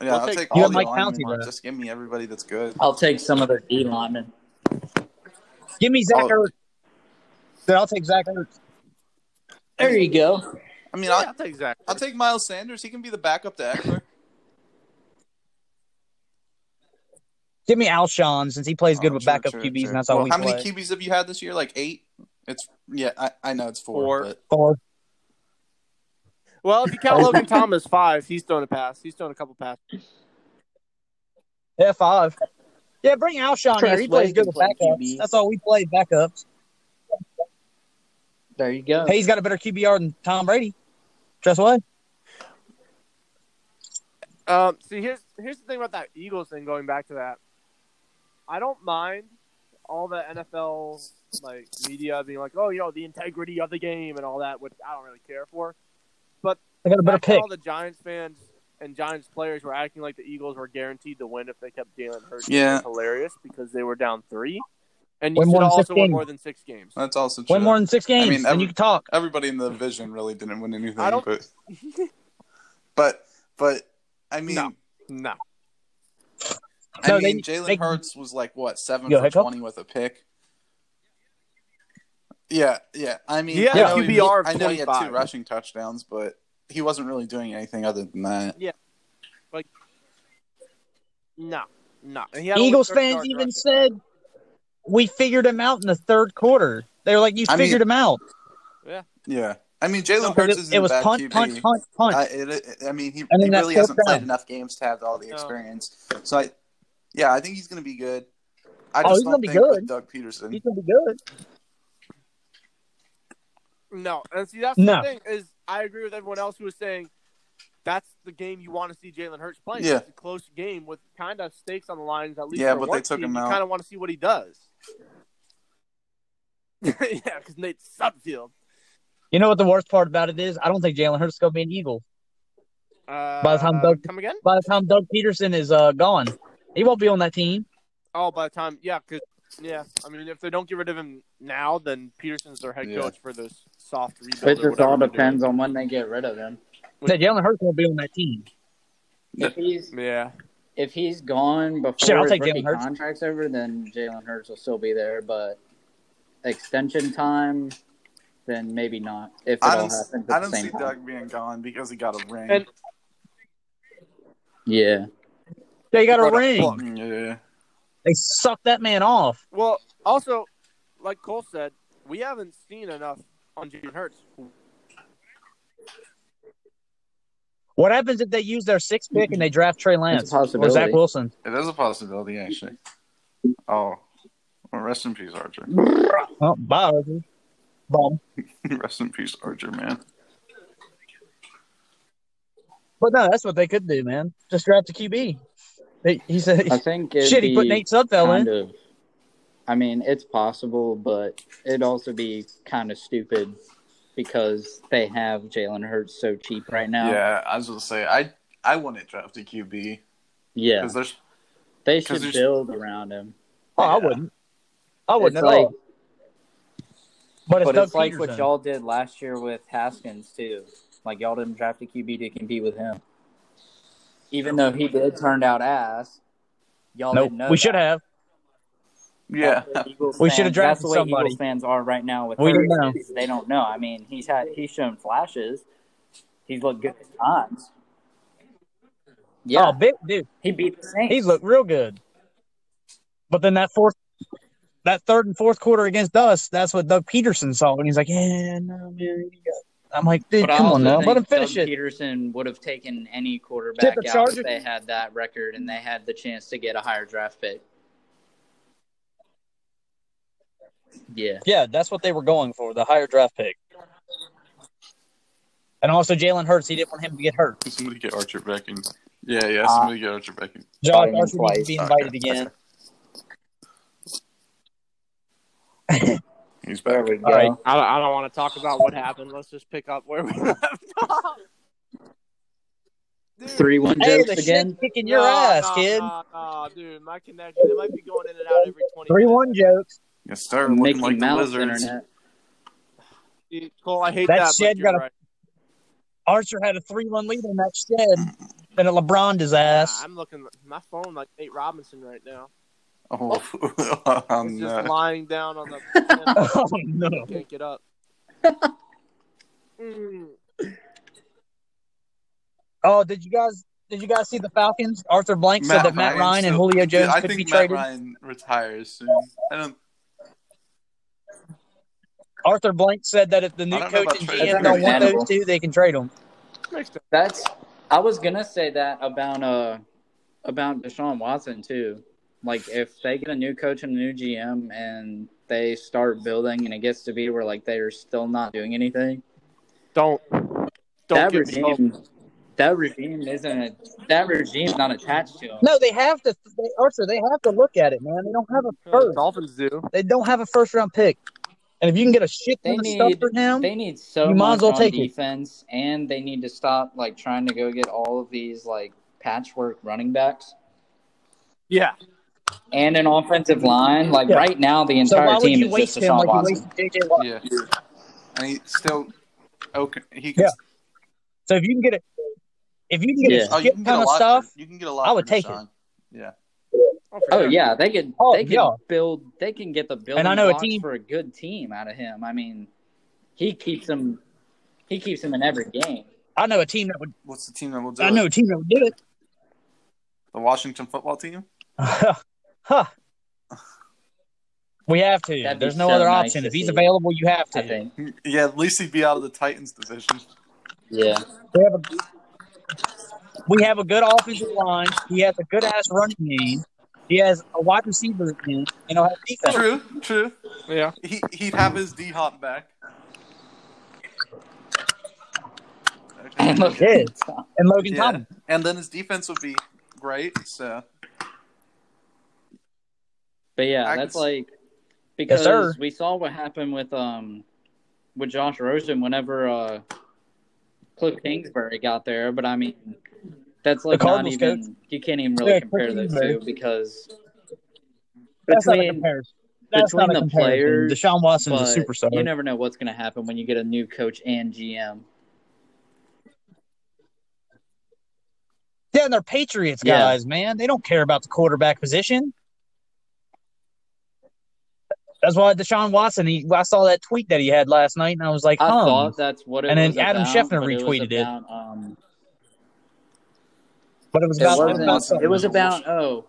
Speaker 4: Yeah,
Speaker 2: I'll
Speaker 4: I'll
Speaker 2: take-
Speaker 4: take, all
Speaker 3: You got
Speaker 4: the
Speaker 3: Mike
Speaker 4: linemen.
Speaker 3: Pouncey, though.
Speaker 4: Just give me everybody that's good.
Speaker 5: I'll take some of their D linemen.
Speaker 3: Give me Zach
Speaker 4: Oh.
Speaker 3: Ertz. Then I'll take Zach Ertz.
Speaker 5: There you go.
Speaker 4: I mean,
Speaker 2: Yeah,
Speaker 4: I'll,
Speaker 2: I'll take Zach.
Speaker 4: I'll take Miles Sanders. He can be the backup to Eckler.
Speaker 3: Give me Alshon since he plays good
Speaker 4: Oh,
Speaker 3: with
Speaker 4: true,
Speaker 3: backup
Speaker 4: true,
Speaker 3: QBs,
Speaker 4: true.
Speaker 3: and that's all
Speaker 4: Well,
Speaker 3: we
Speaker 4: How
Speaker 3: play.
Speaker 4: many QBs have you had this year? Like eight. It's yeah. I, I know it's four.
Speaker 2: Four.
Speaker 4: But
Speaker 3: Or
Speaker 2: Well, if you count Logan Thomas, five. He's thrown a pass. He's thrown a couple passes.
Speaker 3: yeah, five. Yeah, bring Alshon
Speaker 5: Tress
Speaker 3: here. He plays
Speaker 5: Wade
Speaker 3: good
Speaker 5: can
Speaker 3: with
Speaker 5: play
Speaker 3: backups.
Speaker 5: QB.
Speaker 3: That's all we play backups.
Speaker 5: There you go.
Speaker 3: Hey, he's got a better QBR than Tom Brady. Trust what?
Speaker 2: Um, see, here's here's the thing about that Eagles thing. Going back to that, I don't mind all the NFL like media being like, oh, you know, the integrity of the game and all that, which I don't really care for.
Speaker 3: They got a better
Speaker 2: Back when
Speaker 3: pick.
Speaker 2: all the Giants fans and Giants players were acting like the Eagles were guaranteed to win if they kept Jalen Hurts. It
Speaker 4: Yeah.
Speaker 2: was hilarious because they were down three, and you
Speaker 3: Win
Speaker 2: should
Speaker 3: more
Speaker 2: have
Speaker 3: than six
Speaker 2: also won
Speaker 3: games.
Speaker 2: more than six games.
Speaker 4: that's also true.
Speaker 3: Win more than six games,
Speaker 4: mean,
Speaker 3: and
Speaker 4: every-
Speaker 3: you can talk.
Speaker 4: Everybody in the division really didn't win anything.
Speaker 2: I don't-
Speaker 4: But but but I mean,
Speaker 2: No. no,
Speaker 4: I
Speaker 3: No, they-
Speaker 4: mean,
Speaker 3: they-
Speaker 4: Jalen Hurts was like what seven
Speaker 3: Yo,
Speaker 4: for
Speaker 3: Hiccup?
Speaker 4: twenty with a pick. Yeah, yeah. I mean,
Speaker 2: He had
Speaker 4: I
Speaker 3: a
Speaker 4: know
Speaker 2: QBR of
Speaker 4: I know he had
Speaker 2: 25.
Speaker 4: two rushing touchdowns, but he wasn't really doing anything other than that.
Speaker 2: no, no. And he had only
Speaker 3: Eagles
Speaker 2: 30
Speaker 3: fans
Speaker 2: yards
Speaker 3: even
Speaker 2: rushing.
Speaker 3: said we figured him out in the third quarter. They were like, "You
Speaker 4: I mean-
Speaker 3: figured him out."
Speaker 4: Yeah, I mean, Jalen Hurts
Speaker 3: Because it,
Speaker 4: is
Speaker 3: it was
Speaker 4: bad
Speaker 3: punt,
Speaker 4: QB.
Speaker 3: punt, punt, punt.
Speaker 4: I, it, it- I mean, he,
Speaker 3: And then
Speaker 4: he
Speaker 3: that
Speaker 4: really
Speaker 3: fourth
Speaker 4: hasn't played
Speaker 3: down.
Speaker 4: enough games to have all the
Speaker 2: No.
Speaker 4: experience. So, I, yeah, I think he's going to be good. I
Speaker 3: Oh,
Speaker 4: just
Speaker 3: he's
Speaker 4: don't
Speaker 3: gonna be
Speaker 4: think with
Speaker 3: good.
Speaker 4: Doug Peterson.
Speaker 3: He's gonna be good.
Speaker 2: No, and see that's
Speaker 3: No.
Speaker 2: the thing is I agree with everyone else who was saying that's the game you want to see Jalen Hurts play.
Speaker 4: Yeah.
Speaker 2: It's a close game with kind of stakes on the lines at least.
Speaker 4: Yeah,
Speaker 2: for
Speaker 4: but they
Speaker 2: one
Speaker 4: took
Speaker 2: team,
Speaker 4: him
Speaker 2: You
Speaker 4: out.
Speaker 2: kind of want to see what he does. yeah, because Nate Sudfield.
Speaker 3: You know what the worst part about it is? I don't think Jalen Hurts is gonna be an Eagle
Speaker 2: Uh,
Speaker 3: By the time Doug-
Speaker 2: come again?
Speaker 3: by the time Doug Peterson is uh, gone. He won't be on that team.
Speaker 2: Oh, by the time yeah, because yeah, I mean if they don't get rid of him now, then Peterson's their head
Speaker 4: Yeah.
Speaker 2: coach for this soft rebuild. or
Speaker 5: It just
Speaker 2: whatever
Speaker 5: all
Speaker 2: they're
Speaker 5: depends on when they get rid of him.
Speaker 3: That Jalen Hurts won't be on that team.
Speaker 5: If he's
Speaker 2: doing. Yeah,
Speaker 5: if he's gone before
Speaker 3: Shit, I'll
Speaker 5: his
Speaker 3: take
Speaker 5: rookie
Speaker 3: Jalen Hurts.
Speaker 5: contract's over, then Jalen Hurts will still be there. But extension time, then maybe not. If it all
Speaker 4: I don't,
Speaker 5: happens at
Speaker 4: I
Speaker 5: the
Speaker 4: don't
Speaker 5: same
Speaker 4: see
Speaker 5: time,
Speaker 4: Doug being gone because he got a ring.
Speaker 2: And-
Speaker 5: yeah.
Speaker 3: They got
Speaker 2: What
Speaker 3: a
Speaker 2: a
Speaker 3: ring.
Speaker 2: book.
Speaker 4: mm, yeah.
Speaker 3: They sucked that man off.
Speaker 2: Well, also, like Cole said, we haven't seen enough on Jalen Hurts.
Speaker 3: What happens if they use their sixth pick and they draft Trey Lance or
Speaker 5: possibility.
Speaker 3: Zach Wilson?
Speaker 4: It is a possibility, actually. Oh, well, rest in peace, Archer.
Speaker 3: Oh, bye, Arthur. Bye.
Speaker 4: rest in peace, Archer, man.
Speaker 3: But no, that's what they could do, man. Just draft a QB. They, he said,
Speaker 5: I think it'd
Speaker 3: "Shit, he put
Speaker 5: be
Speaker 3: Nate Sudfeld
Speaker 5: kind
Speaker 3: in."
Speaker 5: of. I mean, it's possible, but it'd also be kind of stupid because they have Jalen Hurts so cheap right now.
Speaker 4: Yeah, I was going to say, I, I wouldn't draft a QB
Speaker 5: Yeah,
Speaker 4: because there's
Speaker 5: they
Speaker 4: 'cause
Speaker 5: should
Speaker 4: there's-
Speaker 5: build around him.
Speaker 3: Oh, I
Speaker 4: Yeah.
Speaker 3: wouldn't. I wouldn't
Speaker 5: It's
Speaker 3: at
Speaker 5: like,
Speaker 3: all. But it's
Speaker 5: but
Speaker 3: Doug
Speaker 5: it's like what
Speaker 3: Peterson.
Speaker 5: y'all did last year with Haskins too. Like y'all didn't draft a QB to compete with him, even though he did turn out ass. Y'all
Speaker 3: Nope.
Speaker 5: didn't know
Speaker 3: we should
Speaker 5: that.
Speaker 3: have.
Speaker 4: yeah.
Speaker 5: That's the Eagles
Speaker 3: We should
Speaker 5: fans- That's
Speaker 3: have drafted
Speaker 5: the way
Speaker 3: somebody.
Speaker 5: Eagles fans are right now with
Speaker 3: We didn't
Speaker 5: Hurts, is They don't know. I mean, he's had he's shown flashes. He's looked good at times. Yeah,
Speaker 3: Oh, big dude.
Speaker 5: he beat the Saints.
Speaker 3: He looked real good. But then that fourth, that third and fourth quarter against us, that's what Doug Peterson saw, and he's like, "Yeah, no, man." you got-" I'm like, dude,
Speaker 5: But I
Speaker 3: come on
Speaker 5: also
Speaker 3: now, let
Speaker 5: think
Speaker 3: him finish
Speaker 5: Doug
Speaker 3: it.
Speaker 5: Peterson would have taken any
Speaker 3: Shit,
Speaker 5: quarterback
Speaker 3: the
Speaker 5: out
Speaker 3: Chargers-
Speaker 5: if they had that record and they had the chance to get a higher draft pick. Yeah.
Speaker 3: Yeah, that's what they were going for, the higher draft pick. And also Jalen Hurts, he didn't want him to get hurt.
Speaker 4: Somebody get Archer back in. Yeah, yeah,
Speaker 5: Uh,
Speaker 4: somebody get Archer back in.
Speaker 3: Josh
Speaker 5: Fighting
Speaker 3: Archer needs to
Speaker 5: twice.
Speaker 3: be
Speaker 4: Okay,
Speaker 3: invited
Speaker 4: okay.
Speaker 3: again.
Speaker 4: He's back.
Speaker 5: we
Speaker 3: All right.
Speaker 2: I don't, I don't want to talk about what happened. Let's just pick up where we left off. Dude,
Speaker 5: Three one
Speaker 3: Hey,
Speaker 5: jokes
Speaker 3: the
Speaker 5: again.
Speaker 3: shit kicking your
Speaker 2: no,
Speaker 3: ass,
Speaker 2: no,
Speaker 3: kid.
Speaker 2: No, no, dude, my connection. It might be going in and out every 20
Speaker 3: Three
Speaker 2: minutes.
Speaker 3: one jokes.
Speaker 4: Yes, sir. Looking
Speaker 5: Mickey
Speaker 4: like the
Speaker 5: Mouse
Speaker 4: Wizards.
Speaker 5: internet.
Speaker 2: Dude, Cole, I hate
Speaker 3: That
Speaker 2: that. but
Speaker 3: shed
Speaker 2: you're
Speaker 3: got a-
Speaker 2: right.
Speaker 3: Archer had a three one lead in that shed. laughing at LeBron disaster.
Speaker 2: I'm looking my phone like Nate Robinson right now.
Speaker 4: Oh,
Speaker 2: It's
Speaker 4: um,
Speaker 2: just
Speaker 4: uh,
Speaker 2: lying down on the
Speaker 3: Oh no!
Speaker 2: can't get up. Mm.
Speaker 3: Oh, did you guys? Did you guys see the Falcons? Arthur Blank said
Speaker 4: Matt
Speaker 3: that Matt
Speaker 4: Ryan
Speaker 3: Ryan and
Speaker 4: still-
Speaker 3: Julio Jones
Speaker 4: dude, I
Speaker 3: could
Speaker 4: think
Speaker 3: be
Speaker 4: Matt
Speaker 3: traded.
Speaker 4: Ryan retires soon. I don't.
Speaker 3: Arthur Blank said that if the new
Speaker 4: I don't know
Speaker 3: coach and
Speaker 4: about
Speaker 5: trading.
Speaker 3: GM don't want
Speaker 5: Understandable.
Speaker 3: those two, they can trade them.
Speaker 2: Makes sense.
Speaker 5: That's I was gonna say that about uh about Deshaun Watson too. Like if they get a new coach and a new GM and they start building and it gets to be where like they are still not doing anything.
Speaker 2: Don't don't
Speaker 5: that
Speaker 2: get yourself-
Speaker 5: regime that regime isn't a, that regime's not attached to them.
Speaker 3: No, they have to. They, Arthur, they have to look at it, man. They don't have
Speaker 5: Hmm.
Speaker 3: a
Speaker 2: Uh,
Speaker 3: first.
Speaker 2: Dolphins do.
Speaker 3: They don't have a first round pick. And if you can get a shit
Speaker 5: They
Speaker 3: ton of stuff
Speaker 5: need-
Speaker 3: for him,
Speaker 5: They need so
Speaker 3: You might as
Speaker 5: much
Speaker 3: well
Speaker 5: on
Speaker 3: take it.
Speaker 5: defense and they need to stop like trying to go get all of these like patchwork running backs.
Speaker 2: Yeah.
Speaker 5: And an offensive line, like
Speaker 3: Yeah.
Speaker 5: right now, the
Speaker 3: so
Speaker 5: entire
Speaker 3: why would
Speaker 5: team
Speaker 3: you
Speaker 5: is just
Speaker 3: waste him
Speaker 5: Deshaun
Speaker 3: like you
Speaker 5: Watson.
Speaker 3: wasted JJ Watt?
Speaker 4: Yeah, and he still. Okay, he can.
Speaker 3: Yeah. So if you can get a, if you can get
Speaker 5: Yeah.
Speaker 4: Oh,
Speaker 3: a
Speaker 4: you
Speaker 3: shit
Speaker 4: can get
Speaker 3: ton
Speaker 4: a
Speaker 3: of
Speaker 4: lot.
Speaker 3: stuff,
Speaker 4: for- you can get a lot.
Speaker 3: I would
Speaker 4: for
Speaker 3: take it.
Speaker 4: Deshaun. Yeah,
Speaker 2: for
Speaker 5: Oh
Speaker 2: sure.
Speaker 5: yeah, they could
Speaker 3: Oh,
Speaker 5: they could
Speaker 3: yeah.
Speaker 5: build they can get the building
Speaker 3: And I know a
Speaker 5: blocks
Speaker 3: team-
Speaker 5: for a good team out of him. I mean, he keeps them he keeps them in every game.
Speaker 3: I know a team that would.
Speaker 4: what's the team that will do?
Speaker 3: I know
Speaker 4: it?
Speaker 3: a team that would do it.
Speaker 4: the Washington football team.
Speaker 3: huh. We have to.
Speaker 5: That'd be
Speaker 3: There's no
Speaker 5: so
Speaker 3: other
Speaker 5: nice
Speaker 3: option.
Speaker 5: to
Speaker 3: If he's
Speaker 5: see.
Speaker 3: available, you have to.
Speaker 5: I think.
Speaker 4: Yeah, at least he'd be out of the Titans division.
Speaker 5: Yeah.
Speaker 3: We have a we have a good offensive line. He has a good ass running game. He has a wide receiver in, and he'll have defense.
Speaker 4: True, true.
Speaker 2: Yeah.
Speaker 4: He he'd have his D hop back.
Speaker 5: And
Speaker 4: Okay.
Speaker 5: look,
Speaker 3: Yeah. And Logan
Speaker 4: Yeah.
Speaker 3: Thomas.
Speaker 4: And then his defense would be great. So
Speaker 5: But yeah,
Speaker 4: I
Speaker 5: that's
Speaker 4: could s-
Speaker 5: like because
Speaker 3: sir.
Speaker 5: we saw what happened with um with Josh Rosen whenever uh Cliff Kingsbury got there, but I mean that's like not
Speaker 3: Cardinals
Speaker 5: even you can't even really
Speaker 3: Yeah, Cliff
Speaker 5: compare those
Speaker 3: Kingsbury.
Speaker 5: two because
Speaker 3: That's not a
Speaker 5: between-
Speaker 3: comparison. That's
Speaker 5: between
Speaker 3: not a
Speaker 5: the
Speaker 3: comparison.
Speaker 5: players,
Speaker 3: Deshaun Watson's a
Speaker 5: but
Speaker 3: superstar.
Speaker 5: You never know what's going to happen when you get a new coach and GM.
Speaker 3: yeah, and they're Patriots
Speaker 5: Yeah.
Speaker 3: guys, man. They don't care about the quarterback position. That's why Deshaun Watson. He, I saw that tweet that he had last night, and I was like,
Speaker 5: I
Speaker 3: huh.
Speaker 5: thought that's what it
Speaker 3: And then
Speaker 5: was
Speaker 3: Adam
Speaker 5: about,
Speaker 3: Schefter
Speaker 5: but it was
Speaker 3: retweeted it.
Speaker 5: about, Um,
Speaker 3: but it was
Speaker 5: it
Speaker 3: about.
Speaker 4: wasn't-
Speaker 3: about
Speaker 5: wasn't.
Speaker 3: something.
Speaker 5: It was about. Oh,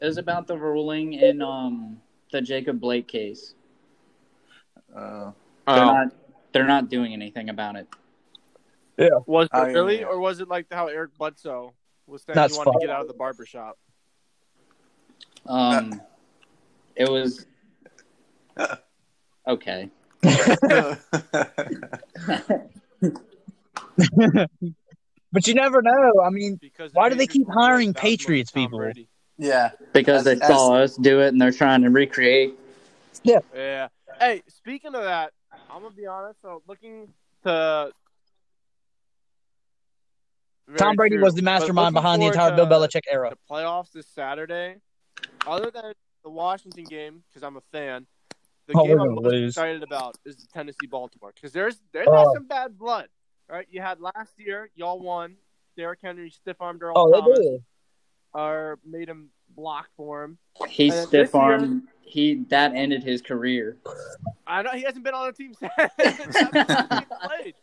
Speaker 5: it was about the ruling in um the Jacob Blake case.
Speaker 4: uh,
Speaker 5: They're
Speaker 2: Um,
Speaker 5: not. They're not doing anything about it.
Speaker 2: was
Speaker 4: Oh,
Speaker 2: it
Speaker 4: yeah,
Speaker 2: really,
Speaker 4: yeah.
Speaker 2: or was it like how Eric Bledsoe was saying
Speaker 3: That's
Speaker 2: he wanted
Speaker 3: fine.
Speaker 2: to get out of the barber shop?
Speaker 5: Um, it was. Okay.
Speaker 3: But you never know. I mean,
Speaker 2: Because the
Speaker 3: Why do they
Speaker 2: Patriots
Speaker 3: keep
Speaker 2: wanted to
Speaker 3: hiring
Speaker 2: get thousands of
Speaker 3: Patriots
Speaker 2: Tom
Speaker 3: people?
Speaker 2: Brady.
Speaker 4: yeah.
Speaker 5: Because
Speaker 4: As-
Speaker 5: they saw us do it, and they're trying to recreate.
Speaker 2: Yeah. Hey, speaking of that, I'm gonna be honest. So looking to Very
Speaker 3: Tom Brady
Speaker 2: true.
Speaker 3: was the
Speaker 2: But uh,
Speaker 3: mastermind
Speaker 2: looking
Speaker 3: behind the
Speaker 2: forward
Speaker 3: entire Bill
Speaker 2: to
Speaker 3: Belichick era.
Speaker 2: The playoffs this Saturday, other than the Washington game, because I'm a fan. The
Speaker 3: Oh,
Speaker 2: game
Speaker 3: we're
Speaker 2: I'm
Speaker 3: gonna
Speaker 2: most
Speaker 3: lose.
Speaker 2: excited about is the Tennessee Baltimore because there's there's
Speaker 3: Oh.
Speaker 2: not some bad blood. All right, you had last year, y'all won. Derrick Henry stiff armed Earl
Speaker 3: Oh,
Speaker 2: Thomas,
Speaker 3: they did.
Speaker 2: or made him block for him.
Speaker 5: He
Speaker 2: And this
Speaker 5: stiff arm. He that ended his career.
Speaker 2: I know he hasn't been on a team since. Haven't played.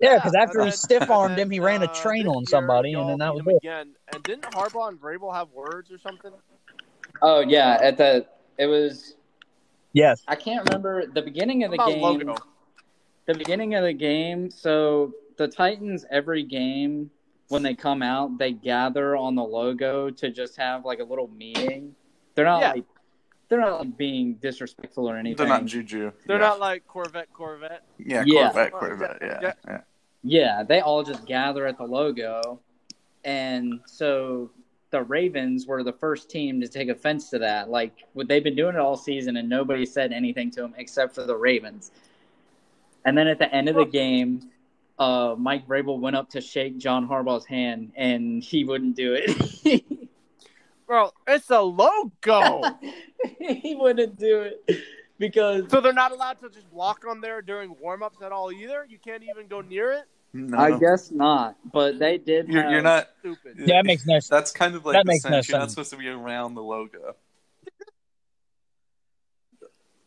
Speaker 3: Yeah, because after he
Speaker 2: and then-
Speaker 3: stiff
Speaker 2: and
Speaker 3: armed
Speaker 2: then,
Speaker 3: him, he ran a
Speaker 2: uh,
Speaker 3: train
Speaker 2: this
Speaker 3: on
Speaker 2: year,
Speaker 3: somebody, and
Speaker 2: y'all
Speaker 3: then that
Speaker 2: beat
Speaker 3: was
Speaker 2: him
Speaker 3: it.
Speaker 2: again. And didn't Harbaugh and Vrabel have words or something?
Speaker 5: Oh yeah, at the it was
Speaker 3: Yes.
Speaker 5: I can't remember the beginning of the
Speaker 2: About
Speaker 5: game.
Speaker 2: logo.
Speaker 5: The beginning of the game. So the Titans every game when they come out, they gather on the logo to just have like a little meeting. They're not
Speaker 2: Yeah.
Speaker 5: like they're not like being disrespectful or anything.
Speaker 4: They're not Juju.
Speaker 2: They're
Speaker 4: yeah.
Speaker 2: not like Corvette, Corvette.
Speaker 4: Yeah,
Speaker 5: Yeah.
Speaker 4: Corvette, Corvette. Yeah, yeah.
Speaker 5: Yeah, they all just gather at the logo. And so the Ravens were the first team to take offense to that. Like, what they've been doing it all season, and nobody said anything to them except for the Ravens. And then at the end of the game, uh, Mike Vrabel went up to shake John Harbaugh's hand, and he wouldn't do it.
Speaker 2: Bro, it's a logo.
Speaker 5: he wouldn't do it because
Speaker 2: so they're not allowed to just walk on there during warm ups at all either. You can't even go near it.
Speaker 4: No,
Speaker 5: I
Speaker 4: no.
Speaker 5: guess not, but they did.
Speaker 4: you're,
Speaker 5: have-
Speaker 4: you're not.
Speaker 2: Stupid.
Speaker 3: uh, Yeah, that makes no sense.
Speaker 4: That's kind of like
Speaker 3: That
Speaker 4: the
Speaker 3: makes no
Speaker 4: sense. You're not
Speaker 3: sense.
Speaker 4: supposed to be around the logo.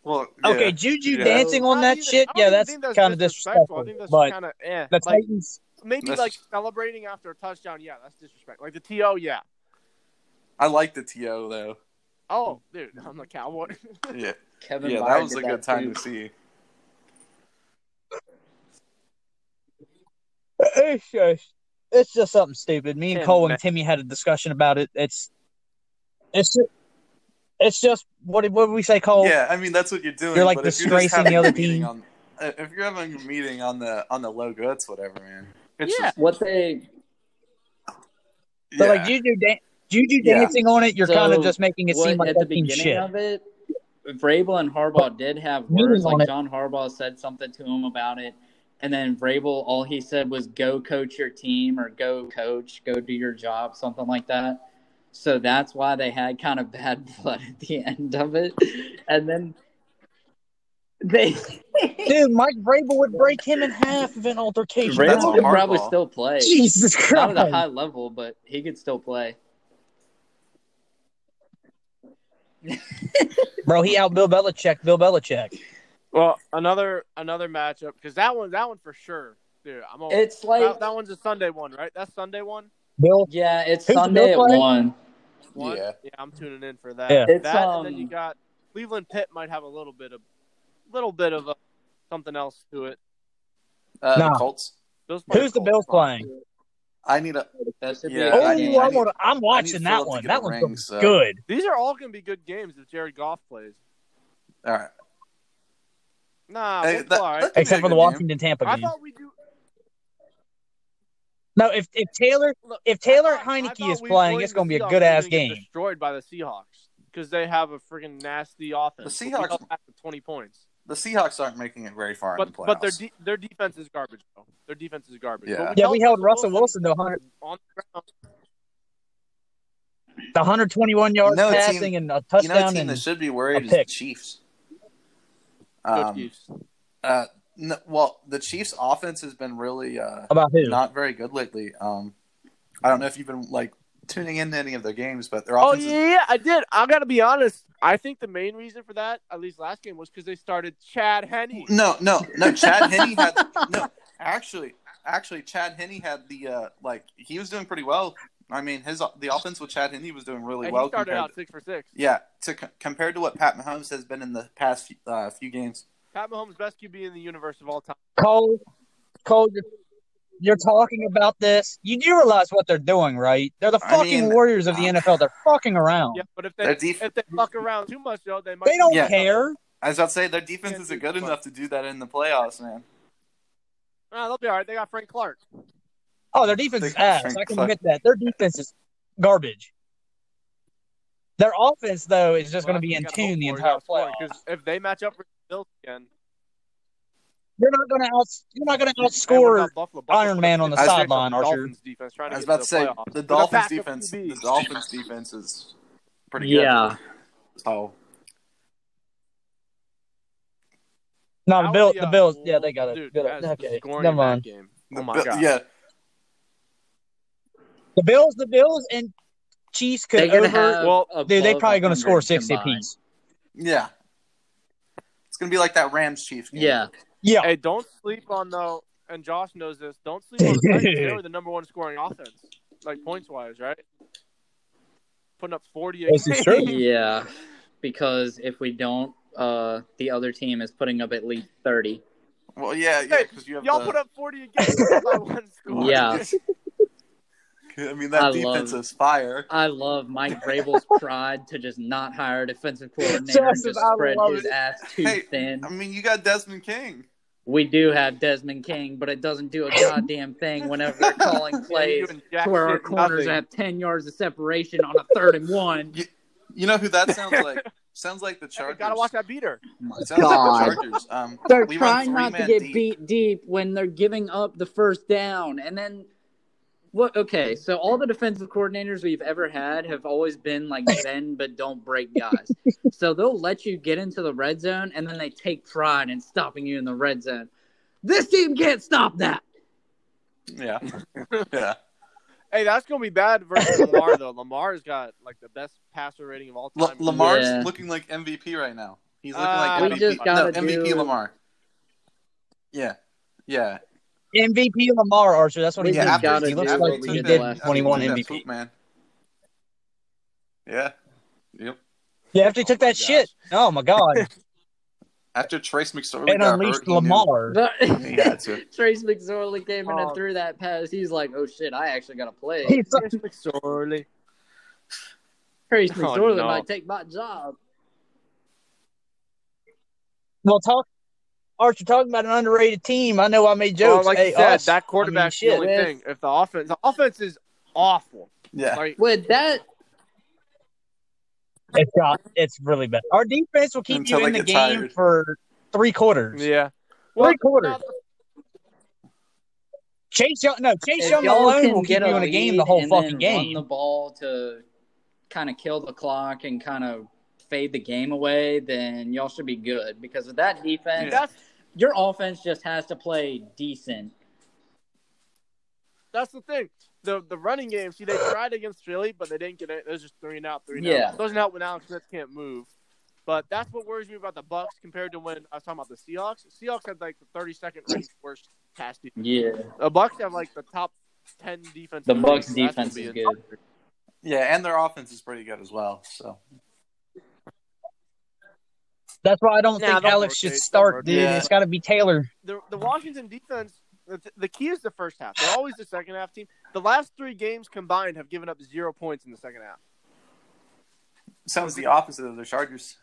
Speaker 4: Well,
Speaker 3: Okay,
Speaker 4: yeah.
Speaker 3: Juju
Speaker 4: Yeah.
Speaker 3: dancing on
Speaker 2: I
Speaker 3: that
Speaker 2: even-
Speaker 3: shit.
Speaker 2: I don't
Speaker 3: Yeah,
Speaker 2: even
Speaker 3: that's,
Speaker 2: think
Speaker 3: kind of disrespectful.
Speaker 2: I think that's
Speaker 3: but
Speaker 2: kind of eh.
Speaker 3: the
Speaker 2: like
Speaker 3: Titans,
Speaker 2: maybe
Speaker 4: That's-
Speaker 2: like celebrating after a touchdown. Yeah, that's disrespect. Like the TO. Yeah.
Speaker 4: I like the TO though.
Speaker 2: Oh, dude, I'm the cowboy.
Speaker 4: Yeah,
Speaker 5: Kevin
Speaker 4: yeah, that
Speaker 5: Byard
Speaker 4: was a
Speaker 5: did
Speaker 4: good
Speaker 5: that,
Speaker 4: time
Speaker 5: too.
Speaker 4: to see.
Speaker 3: it's just, it's just something stupid. Me and
Speaker 2: Yeah,
Speaker 3: Cole
Speaker 2: man.
Speaker 3: and Timmy had a discussion about it. It's it's ju- it's just what did what did we say, Cole?
Speaker 4: Yeah, I mean that's what you're doing.
Speaker 3: You're, Oh. like,
Speaker 4: but if just
Speaker 3: disgracing
Speaker 4: having
Speaker 3: the
Speaker 4: a
Speaker 3: other
Speaker 4: meeting
Speaker 3: team.
Speaker 4: On, uh, if you're having a meeting on the on the logo, that's whatever, man. It's
Speaker 2: Yeah.
Speaker 4: just,
Speaker 5: What they
Speaker 3: But
Speaker 4: yeah.
Speaker 3: like Juju, dan- Juju
Speaker 4: Yeah.
Speaker 3: dancing on it, you're
Speaker 5: So,
Speaker 3: kind of just making it
Speaker 5: what-
Speaker 3: seem like
Speaker 5: at the
Speaker 3: that team's
Speaker 5: beginning
Speaker 3: shit.
Speaker 5: of it, Vrabel and Harbaugh did have
Speaker 3: Meaning
Speaker 5: words.
Speaker 3: on
Speaker 5: Like
Speaker 3: it.
Speaker 5: John Harbaugh said something to him about it, and then Vrabel, all he said was "Go coach your team" or "Go coach, go do your job," something like that. So that's why they had kind of bad blood at the end of it, and then they
Speaker 3: Dude, Mike Vrabel would break him in half of an altercation.
Speaker 4: That's
Speaker 5: Vrabel could
Speaker 4: Harbaugh.
Speaker 5: probably still play.
Speaker 3: Jesus
Speaker 5: Not
Speaker 3: Christ!
Speaker 5: at a high level, but he could still play.
Speaker 3: Bro, he out Bill Belichick. Bill Belichick.
Speaker 2: well, another another matchup because that one that one for sure, dude. I'm all,
Speaker 5: It's like
Speaker 2: that, that one's a Sunday one, right? That's Sunday one.
Speaker 3: Bill.
Speaker 5: yeah, it's
Speaker 3: Who's the
Speaker 5: Sunday at
Speaker 3: Bill player?
Speaker 5: one.
Speaker 2: One?
Speaker 4: Yeah.
Speaker 2: I'm tuning in for that.
Speaker 3: Yeah.
Speaker 5: It's,
Speaker 2: that and then
Speaker 5: um,
Speaker 2: you got Cleveland Pitt might have a little bit of little bit of uh something else to it.
Speaker 4: Uh,
Speaker 3: Nah.
Speaker 4: The Colts.
Speaker 2: Bills might
Speaker 3: Who's the
Speaker 2: have
Speaker 3: Bills
Speaker 2: Colts.
Speaker 3: playing?
Speaker 4: I need a.
Speaker 5: That should be.
Speaker 4: Yeah,
Speaker 3: Oh,
Speaker 5: a
Speaker 4: I
Speaker 3: I
Speaker 5: good
Speaker 4: need-
Speaker 5: game.
Speaker 4: I need-
Speaker 3: wanna- I'm watching
Speaker 4: Phillip
Speaker 3: that
Speaker 4: to
Speaker 3: one.
Speaker 4: get
Speaker 3: That
Speaker 4: a
Speaker 3: one's
Speaker 4: ring,
Speaker 3: looking
Speaker 4: so-
Speaker 3: good.
Speaker 2: These are all going to be good games if Jared Goff plays.
Speaker 4: All right.
Speaker 2: Nah,
Speaker 4: Hey,
Speaker 2: Uh, we'll be
Speaker 4: that-
Speaker 2: all right.
Speaker 4: that-
Speaker 3: Except
Speaker 4: a
Speaker 3: for
Speaker 4: good
Speaker 3: the
Speaker 4: game.
Speaker 3: Washington Tampa
Speaker 2: I
Speaker 3: game.
Speaker 2: thought we do.
Speaker 3: No, if if Taylor
Speaker 2: Look,
Speaker 3: if Taylor
Speaker 2: I thought- I
Speaker 3: Heineke
Speaker 2: thought
Speaker 3: is
Speaker 2: we
Speaker 3: playing,
Speaker 2: played
Speaker 3: it's
Speaker 2: the
Speaker 3: gonna be a
Speaker 2: Seahawks,
Speaker 3: good
Speaker 2: we were
Speaker 3: ass
Speaker 2: gonna get
Speaker 3: game.
Speaker 2: Destroyed by the Seahawks because they have a freaking nasty offense. But
Speaker 4: The
Speaker 2: we
Speaker 4: Seahawks-
Speaker 2: held back for twenty points,
Speaker 4: The Seahawks aren't making it very far in
Speaker 2: but
Speaker 4: the playoffs.
Speaker 2: but their de- their defense is garbage. Though. Their defense is garbage.
Speaker 4: Yeah.
Speaker 2: But
Speaker 3: Yeah, we held Russell Wilson to 100
Speaker 2: on the ground.
Speaker 3: the 121 yards
Speaker 4: You know a team-
Speaker 3: passing and a
Speaker 4: you know, a
Speaker 3: touchdown.
Speaker 4: team
Speaker 3: and
Speaker 4: that should be worried
Speaker 3: a
Speaker 4: is
Speaker 3: pick.
Speaker 4: the Chiefs.
Speaker 2: Go
Speaker 4: Um,
Speaker 2: Chiefs.
Speaker 4: uh, n- well, the Chiefs' offense has been really uh,
Speaker 3: about who?
Speaker 4: not very good lately. Um, I don't know if you've been like tuning into any of their games, but their
Speaker 2: Oh
Speaker 4: offense.
Speaker 2: yeah, yeah, I did. I gotta be honest. I think the main reason for that, at least last game, was because they started Chad Henney.
Speaker 4: Is... No, no, no. Chad Henney had no. Actually, actually, Chad Henney had the uh, like he was doing pretty well. I mean, his the offense with Chad Henney was doing really
Speaker 2: And
Speaker 4: well.
Speaker 2: he started
Speaker 4: compared
Speaker 2: out
Speaker 4: to-
Speaker 2: six for six.
Speaker 4: yeah, to c- compared to what Pat Mahomes has been in the past few, uh, few games.
Speaker 2: Pat Mahomes best QB in the universe of all time.
Speaker 3: Cole, Cole, you're, you're talking about this. You do realize what they're doing, right? They're the
Speaker 4: I
Speaker 3: fucking
Speaker 4: mean,
Speaker 3: warriors of the
Speaker 4: uh,
Speaker 3: NFL. They're fucking around.
Speaker 2: Yeah, but if
Speaker 4: Their
Speaker 2: they
Speaker 4: def-
Speaker 2: if they fuck around too much though, they might.
Speaker 3: They don't
Speaker 4: Oh. Yeah.
Speaker 3: care.
Speaker 4: I was about to say their defense
Speaker 2: Can't
Speaker 4: isn't
Speaker 2: do
Speaker 4: good
Speaker 2: much.
Speaker 4: enough to do that in the playoffs, man.
Speaker 2: Nah, they'll be all right. They got Frank Clark.
Speaker 3: Oh, their defense is
Speaker 4: They got
Speaker 3: ass.
Speaker 4: Frank
Speaker 3: I can
Speaker 4: Clark.
Speaker 3: admit that. Their defense is garbage. Their offense, though, is just going to be in tune the entire playoff.
Speaker 2: Because if they match up with the Bills again,
Speaker 3: You're not going to out. You're not going to
Speaker 2: and what
Speaker 3: outscore.
Speaker 2: about Buffalo?
Speaker 3: Iron
Speaker 2: Buffalo's
Speaker 3: Man on the
Speaker 2: gonna be
Speaker 3: sideline,
Speaker 2: the
Speaker 3: Archer.
Speaker 2: Dolphins defense trying to
Speaker 4: I was
Speaker 2: get
Speaker 4: about
Speaker 2: to
Speaker 4: to say
Speaker 2: playoffs.
Speaker 4: the
Speaker 2: With a backup
Speaker 4: Dolphins defense.
Speaker 2: QB.
Speaker 4: The Dolphins defense is pretty good.
Speaker 5: Yeah,
Speaker 2: Oh
Speaker 4: So
Speaker 2: That
Speaker 3: No, the
Speaker 2: would
Speaker 3: Bill,
Speaker 2: be
Speaker 3: the
Speaker 2: a
Speaker 3: Bills. Yeah, they got
Speaker 2: whole-
Speaker 3: it.
Speaker 2: uh, Dude,
Speaker 3: Good.
Speaker 2: that is
Speaker 3: Okay,
Speaker 2: scoring
Speaker 3: never
Speaker 2: in that
Speaker 3: mind.
Speaker 2: game. Oh my god.
Speaker 4: Yeah,
Speaker 3: The Bills, the Bills, and Chiefs could
Speaker 5: they're gonna
Speaker 3: over.
Speaker 5: have.
Speaker 2: well,
Speaker 3: dude, they
Speaker 5: above
Speaker 3: probably going to score
Speaker 5: 100
Speaker 3: sixty
Speaker 5: combined.
Speaker 3: apiece.
Speaker 4: yeah. It's gonna be like that Rams Chiefs game.
Speaker 5: Yeah,
Speaker 3: Yeah,
Speaker 2: Hey, don't sleep on though, and Josh knows this. Don't sleep on the Titans. They were the number one scoring offense, like points wise, right? Putting up forty. a
Speaker 3: This is
Speaker 2: game.
Speaker 3: true.
Speaker 5: yeah. Because if we don't, uh, the other team is putting up at least thirty.
Speaker 4: Well, yeah, yeah.
Speaker 2: Hey,
Speaker 4: Because you have
Speaker 2: Y'all
Speaker 4: the-
Speaker 2: put up forty again by one score.
Speaker 5: Yeah,
Speaker 4: I mean,
Speaker 5: I
Speaker 4: that
Speaker 5: love-
Speaker 4: defense is fire.
Speaker 5: I love Mike Vrabel's pride to just not hire a defensive coordinator
Speaker 3: Justin,
Speaker 5: and just
Speaker 3: I
Speaker 5: spread
Speaker 3: love
Speaker 5: his
Speaker 3: it.
Speaker 5: ass too
Speaker 4: Hey,
Speaker 5: thin.
Speaker 4: I mean, you got Desmond King.
Speaker 5: We do have Desmond King, but it doesn't do a goddamn thing whenever they're calling plays
Speaker 2: Doing jack
Speaker 5: to where our
Speaker 2: shit,
Speaker 5: corners
Speaker 2: nothing.
Speaker 5: have ten yards of separation on a third and one.
Speaker 4: You know who that sounds like? sounds like the
Speaker 2: Hey,
Speaker 4: Chargers.
Speaker 2: gotta watch that beater.
Speaker 4: It sounds
Speaker 5: God.
Speaker 4: like the Chargers. Um,
Speaker 5: They're
Speaker 4: we run
Speaker 5: trying not to
Speaker 4: three-man
Speaker 5: get
Speaker 4: deep.
Speaker 5: beat deep when they're giving up the first down. And then what okay, so all the defensive coordinators we've ever had have always been like bend but don't break guys. so they'll let you get into the red zone and then they take pride in stopping you in the red zone. This team can't stop that.
Speaker 4: Yeah. yeah.
Speaker 2: Hey, that's gonna be bad versus Lamar though. Lamar's got like the best passer rating of all time.
Speaker 4: L- Lamar's
Speaker 5: Yeah.
Speaker 4: looking like MVP right now. He's looking
Speaker 2: Ah.
Speaker 4: like
Speaker 2: We
Speaker 4: MVP.
Speaker 5: Uh, just gotta
Speaker 4: no, MVP
Speaker 5: do-
Speaker 4: Lamar. Yeah. Yeah.
Speaker 3: MVP Lamar Archer. That's what
Speaker 5: We
Speaker 3: he
Speaker 5: just
Speaker 3: yeah,
Speaker 5: got- gotta
Speaker 3: did. he looks
Speaker 5: do
Speaker 4: after
Speaker 5: what
Speaker 3: like
Speaker 4: he
Speaker 5: we
Speaker 3: he
Speaker 4: took
Speaker 5: did
Speaker 3: did
Speaker 4: that-
Speaker 5: last
Speaker 4: after he took
Speaker 3: 21
Speaker 4: that
Speaker 3: MVP.
Speaker 4: poop, man. Yeah. Yep.
Speaker 3: Yeah, after he took
Speaker 2: Oh my
Speaker 3: that shit. Oh my god!
Speaker 4: After Trace McSorley
Speaker 3: and
Speaker 4: got
Speaker 3: unleashed
Speaker 4: hurt, he knew-
Speaker 3: Lamar.
Speaker 4: He had to.
Speaker 5: Trace McSorley came in
Speaker 2: Oh.
Speaker 5: and threw that pass. He's like, "Oh shit, I actually got to play."
Speaker 3: He's like,
Speaker 2: Trace McSorley.
Speaker 5: Trace
Speaker 2: Oh,
Speaker 5: McSorley
Speaker 2: no.
Speaker 5: might take my job.
Speaker 3: well, talk Archer talking about an underrated team. I know I made
Speaker 2: Well,
Speaker 3: jokes.
Speaker 2: like
Speaker 3: hey,
Speaker 2: you said,
Speaker 3: us.
Speaker 2: that quarterback's
Speaker 3: I mean,
Speaker 2: the
Speaker 3: shit.
Speaker 2: only thing. If the offense, the offense is awful.
Speaker 4: Yeah.
Speaker 2: Like
Speaker 5: With that,
Speaker 3: It's got it's really bad. Our defense will keep
Speaker 4: Until
Speaker 3: you
Speaker 4: they
Speaker 3: in the
Speaker 4: get
Speaker 3: game
Speaker 4: tired.
Speaker 3: for three quarters.
Speaker 2: yeah,
Speaker 3: Three quarters.
Speaker 2: no,
Speaker 3: Chase Young, no, Chase
Speaker 5: if
Speaker 3: Young
Speaker 5: y'all
Speaker 3: alone
Speaker 5: can
Speaker 3: will
Speaker 5: get
Speaker 3: keep you in the game the
Speaker 5: lead
Speaker 3: whole
Speaker 5: and
Speaker 3: fucking
Speaker 5: then Run
Speaker 3: game.
Speaker 5: the ball to kind of kill the clock and kind of fade the game away, then y'all should be good. Because with that defense,
Speaker 2: that's
Speaker 5: your offense just has to play decent.
Speaker 2: that's the thing. The the running game. See, they tried against Philly, but they didn't get it. It was just three and out, three and
Speaker 5: Yeah.
Speaker 2: out. It doesn't help when Alex Smith can't move. But that's what worries me about the Bucks compared to when I was talking about the Seahawks. The Seahawks had like the thirty second ranked worst pass defense.
Speaker 5: Yeah,
Speaker 2: The Bucks have like the top ten defense.
Speaker 5: the
Speaker 2: in
Speaker 5: Bucks
Speaker 2: league, so that's
Speaker 5: defense
Speaker 2: gonna
Speaker 5: is
Speaker 2: be
Speaker 5: good.
Speaker 4: Yeah, and their offense is pretty good as well. So
Speaker 3: That's why I don't
Speaker 2: Nah,
Speaker 3: think
Speaker 2: don't
Speaker 3: Alex should
Speaker 2: rotate, don't
Speaker 3: start,
Speaker 2: rotate.
Speaker 3: dude.
Speaker 4: Yeah.
Speaker 3: It's got to be Taylor.
Speaker 2: the the Washington defense. The, the key is the first half. They're always the second half team. The last three games combined have given up zero points in the second half.
Speaker 4: sounds the opposite of the Chargers.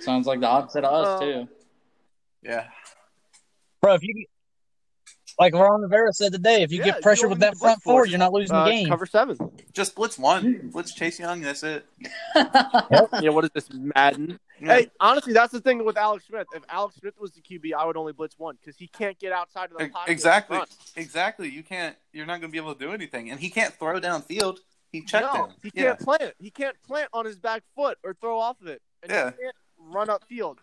Speaker 5: Sounds like the opposite of us
Speaker 2: Uh,
Speaker 5: too.
Speaker 4: Yeah.
Speaker 3: Bro, if you like Ron Rivera said today, if you
Speaker 2: Yeah,
Speaker 3: get
Speaker 2: you
Speaker 3: pressure
Speaker 2: don't
Speaker 3: with
Speaker 2: need
Speaker 3: that
Speaker 2: to blitz
Speaker 3: front four,
Speaker 2: force.
Speaker 3: you're not losing
Speaker 2: Uh,
Speaker 3: the game.
Speaker 2: Cover seven.
Speaker 4: Just blitz one. Blitz Chase Young. That's it.
Speaker 2: Yeah, what is this Madden?
Speaker 4: Yeah.
Speaker 2: Hey, honestly, that's the thing with Alex Smith. If Alex Smith was the QB, I would only blitz one because he can't get outside of the
Speaker 4: E-
Speaker 2: pocket. and
Speaker 4: Exactly.
Speaker 2: run.
Speaker 4: Exactly. You can't. You're not going to be able to do anything, and he can't throw downfield. He checked
Speaker 2: no,
Speaker 4: down.
Speaker 2: he
Speaker 4: Yeah.
Speaker 2: can't plant. He can't plant on his back foot or throw off of it. And
Speaker 4: Yeah.
Speaker 2: he can't run upfield.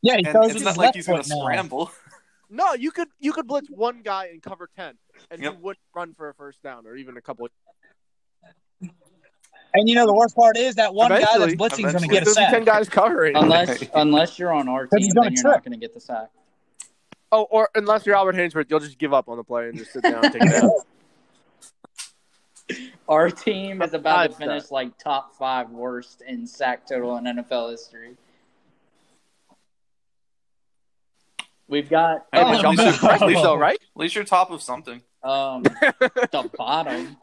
Speaker 3: yeah, he
Speaker 4: And
Speaker 3: throws
Speaker 4: it's
Speaker 3: his
Speaker 4: not
Speaker 3: left
Speaker 4: like he's going
Speaker 3: foot
Speaker 4: to
Speaker 3: now.
Speaker 4: scramble.
Speaker 2: No, you could you could blitz one guy and cover ten, and
Speaker 4: Yep.
Speaker 2: he wouldn't run for a first down or even a couple. Of-
Speaker 3: And you know the worst part is that one guy that's
Speaker 2: Eventually-
Speaker 3: blitzing is going to
Speaker 4: eventually.
Speaker 3: get a
Speaker 2: There'll be
Speaker 3: sack.
Speaker 2: ten guys covering.
Speaker 5: unless unless you're on our
Speaker 3: Because
Speaker 5: team,
Speaker 3: he's
Speaker 5: then
Speaker 3: gonna
Speaker 5: you're
Speaker 3: trip.
Speaker 5: not going to get the sack.
Speaker 2: Oh, or unless you're Albert Hainsworth, you'll just give up on the play and just sit down and take it out.
Speaker 5: Our team is about to
Speaker 2: Five sack.
Speaker 5: finish like top five worst in sack total in NFL history. We've got
Speaker 4: Hey,
Speaker 5: um,
Speaker 4: but y'all
Speaker 3: Oh, no.
Speaker 4: should- rightly so, right?
Speaker 2: right?
Speaker 4: At least you're top of something.
Speaker 5: um, the bottom.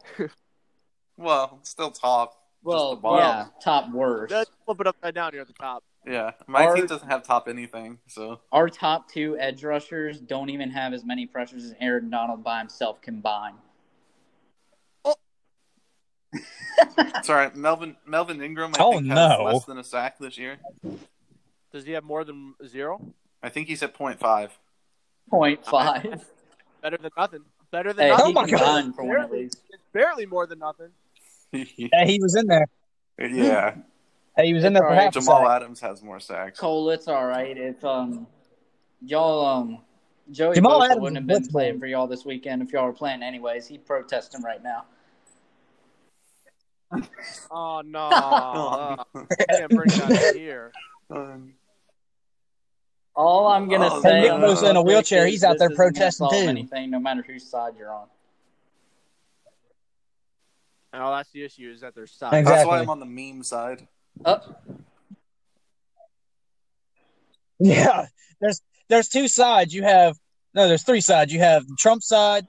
Speaker 4: Well, still top.
Speaker 5: Well,
Speaker 4: the bottom.
Speaker 5: yeah, top worst.
Speaker 2: Let's flip it upside down here at the top.
Speaker 4: Yeah. My
Speaker 5: Our-
Speaker 4: team doesn't have top anything. So
Speaker 5: Our top two edge rushers don't even have as many pressures as Aaron Donald by himself combined.
Speaker 4: sorry, Melvin. Melvin Ingram. I
Speaker 3: Oh,
Speaker 4: think
Speaker 3: no.
Speaker 4: Has less than a sack this year.
Speaker 2: Does he have more than zero?
Speaker 4: I think he's at point five.
Speaker 5: Point five.
Speaker 2: Better than nothing. Better than
Speaker 5: Hey,
Speaker 2: nothing.
Speaker 3: oh
Speaker 5: he
Speaker 3: my God.
Speaker 5: combined for one at least.
Speaker 2: Barely more than nothing.
Speaker 3: Yeah, he was in there.
Speaker 4: yeah.
Speaker 3: Hey, he was in there for
Speaker 5: Alright,
Speaker 3: half a
Speaker 4: Jamal
Speaker 3: sack.
Speaker 4: Adams has more sacks.
Speaker 5: Cole, it's all right. It's um, y'all um, Joey
Speaker 3: Jamal
Speaker 5: Bosa
Speaker 3: Adams
Speaker 5: wouldn't
Speaker 3: is
Speaker 5: have been
Speaker 3: blitzball.
Speaker 5: playing for y'all this weekend if y'all were playing anyways. He'd protest him right now.
Speaker 2: Oh no! uh, can't bring that in here.
Speaker 4: Um,
Speaker 5: All I'm gonna
Speaker 4: Oh,
Speaker 5: say,
Speaker 4: Nick
Speaker 5: on
Speaker 4: Bosa in a
Speaker 5: this
Speaker 3: wheelchair,
Speaker 5: is
Speaker 3: he's out
Speaker 5: this
Speaker 3: there
Speaker 5: isn't gonna
Speaker 3: protesting
Speaker 5: solve
Speaker 3: too.
Speaker 5: Anything, no matter whose side you're on.
Speaker 2: And all that's the issue is that they're
Speaker 3: Exactly.
Speaker 2: size.
Speaker 4: That's why I'm on the meme side.
Speaker 5: Uh,
Speaker 3: Yeah, there's there's two sides. You have no, there's three sides. You have the Trump side,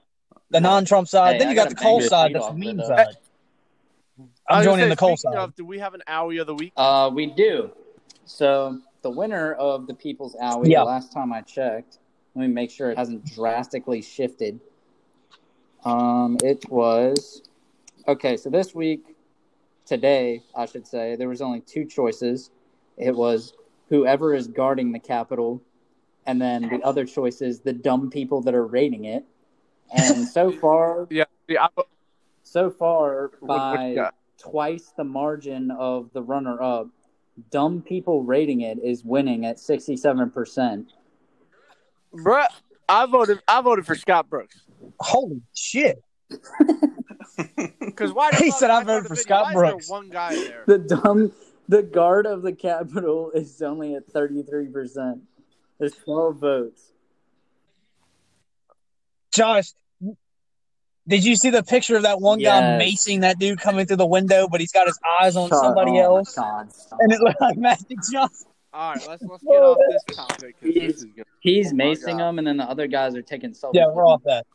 Speaker 3: the non-Trump side.
Speaker 5: Hey,
Speaker 3: then
Speaker 5: I
Speaker 3: you got
Speaker 5: gotta
Speaker 3: the
Speaker 5: bang
Speaker 3: Cole
Speaker 5: your
Speaker 3: side.
Speaker 5: feet
Speaker 3: That's
Speaker 5: off
Speaker 3: the meme
Speaker 5: with, uh,
Speaker 3: side.
Speaker 2: I
Speaker 3: I'm
Speaker 2: was gonna
Speaker 3: joining
Speaker 2: say,
Speaker 3: the Cole
Speaker 2: speaking
Speaker 3: side.
Speaker 2: Of, do we have an owie of the week?
Speaker 5: uh, we do. So the winner of the People's Alley,
Speaker 3: Yeah.
Speaker 5: the last time I checked, let me make sure it hasn't drastically shifted. Um, it was okay. So this week, today, I should say, there was only two choices. It was whoever is guarding the Capitol, and then the other choice is the dumb people that are raiding it. And so far,
Speaker 2: Yeah. See, I, what-
Speaker 5: so far
Speaker 2: what you
Speaker 5: by
Speaker 2: got?
Speaker 5: twice the margin of the runner up dumb people rating it is winning at 67%
Speaker 2: Bruh, I voted. I voted for Scott Brooks
Speaker 3: Holy shit!
Speaker 2: because why? the
Speaker 3: He
Speaker 2: fuck-
Speaker 3: said I
Speaker 2: go
Speaker 3: voted
Speaker 2: to
Speaker 3: for
Speaker 2: video-
Speaker 3: Scott
Speaker 2: why is there
Speaker 3: Brooks.
Speaker 2: one guy there.
Speaker 6: The dumb, the guard of the Capitol is only at 33%. There's 12 votes.
Speaker 3: Josh, did you see the picture of that one guy
Speaker 6: Yes.
Speaker 3: macing that dude coming through the window, but he's got his eyes on
Speaker 6: Shut- oh
Speaker 3: somebody
Speaker 6: my
Speaker 3: else,
Speaker 6: God, stop.
Speaker 3: and it looked like Magic Johnson?
Speaker 2: All right, let's let's get off this topic. 'cause This is good.
Speaker 5: He's
Speaker 4: Oh my
Speaker 5: macing
Speaker 4: God.
Speaker 5: them, and then the other guys are taking selfies.
Speaker 3: Yeah, we're off that.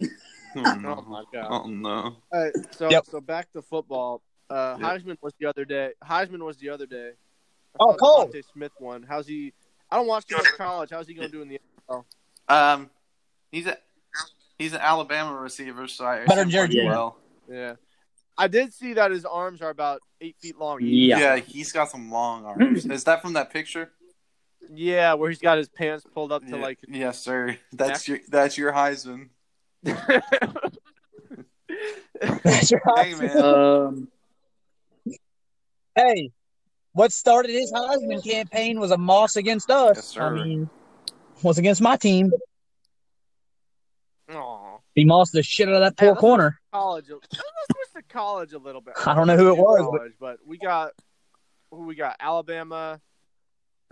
Speaker 2: Oh my god.
Speaker 4: Oh no.
Speaker 2: All right, so
Speaker 3: Yep.
Speaker 2: so back to football. Uh, Heisman was the other day. Heisman was the other day. I
Speaker 3: Oh,
Speaker 2: saw
Speaker 3: Cole.
Speaker 2: Devontae Smith won. How's he? I don't watch too much college. How's he going to do in the?
Speaker 4: Um, he's a he's an Alabama receiver, so I
Speaker 3: Better
Speaker 4: assume
Speaker 3: Jared
Speaker 4: pretty
Speaker 5: Goff.
Speaker 4: well.
Speaker 2: Yeah, I did see that his arms are about eight feet long.
Speaker 5: Yeah.
Speaker 4: yeah, he's got some long arms. Is that from that picture?
Speaker 2: Yeah, where he's got his pants pulled up to
Speaker 4: Yeah.
Speaker 2: like.
Speaker 4: yes, sir. That's your that's your Heisman.
Speaker 3: That's
Speaker 4: Hey
Speaker 3: right.
Speaker 4: man,
Speaker 5: Um,
Speaker 3: Hey, what started his Heisman campaign was a moss against us.
Speaker 4: Yes,
Speaker 3: I
Speaker 4: sir.
Speaker 3: mean, was against my team.
Speaker 2: Aw.
Speaker 3: He mossed the shit out of that
Speaker 2: Hey,
Speaker 3: poor
Speaker 2: that's-
Speaker 3: corner.
Speaker 2: college. Let's switch to college a little bit.
Speaker 3: I don't know who it was, but-
Speaker 2: College, but we got who we got Alabama,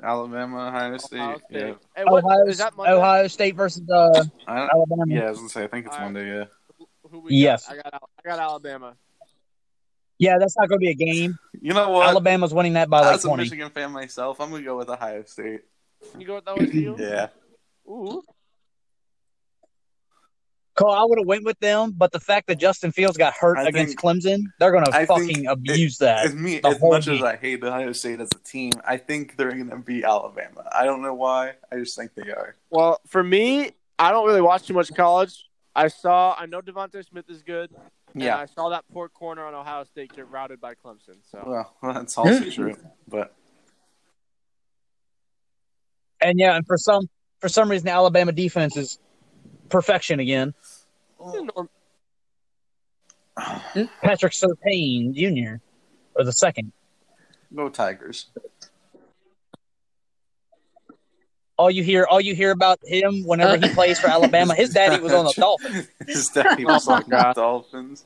Speaker 4: Alabama, Ohio State.
Speaker 2: Ohio State.
Speaker 4: Yeah,
Speaker 2: Hey, what,
Speaker 3: Ohio,
Speaker 2: is that Monday?
Speaker 3: Ohio State versus uh,
Speaker 4: I don't,
Speaker 3: Alabama.
Speaker 4: yeah, I was gonna say I think it's
Speaker 2: All right.
Speaker 4: Monday. Yeah.
Speaker 2: Who we got?
Speaker 3: Yes.
Speaker 2: I got Al- I got Alabama.
Speaker 3: Yeah, that's not going to be a game.
Speaker 4: You know what?
Speaker 3: Alabama's winning that by like
Speaker 4: As a
Speaker 3: 20.
Speaker 4: Michigan fan myself, I'm gonna go with Ohio State.
Speaker 2: You go with OSU.
Speaker 4: Yeah.
Speaker 2: Ooh.
Speaker 3: Cole, I would have went with them, but the fact that Justin Fields got hurt
Speaker 4: I
Speaker 3: against
Speaker 4: think-
Speaker 3: Clemson, they're going to
Speaker 4: I think
Speaker 3: fucking abuse that.
Speaker 4: As me,
Speaker 3: the
Speaker 4: as
Speaker 3: whole
Speaker 4: much as
Speaker 3: game.
Speaker 4: I hate Ohio State as a team, I think they're gonna beat Alabama. I don't know why. I just think they are.
Speaker 2: Well, for me, I don't really watch too much college. I saw, I know Devontae Smith is good. And I saw that poor corner on Ohio State get routed by Clemson. So
Speaker 4: Well, that's also true, but
Speaker 3: And yeah, and for some for some reason, the Alabama defense is perfection again. Oh. Patrick Sertain Jr. or the second.
Speaker 4: no Tigers.
Speaker 3: All you hear, all you hear about him whenever he plays for Alabama. His daddy was on the Dolphins.
Speaker 4: His
Speaker 2: Oh
Speaker 4: daddy was on the Dolphins.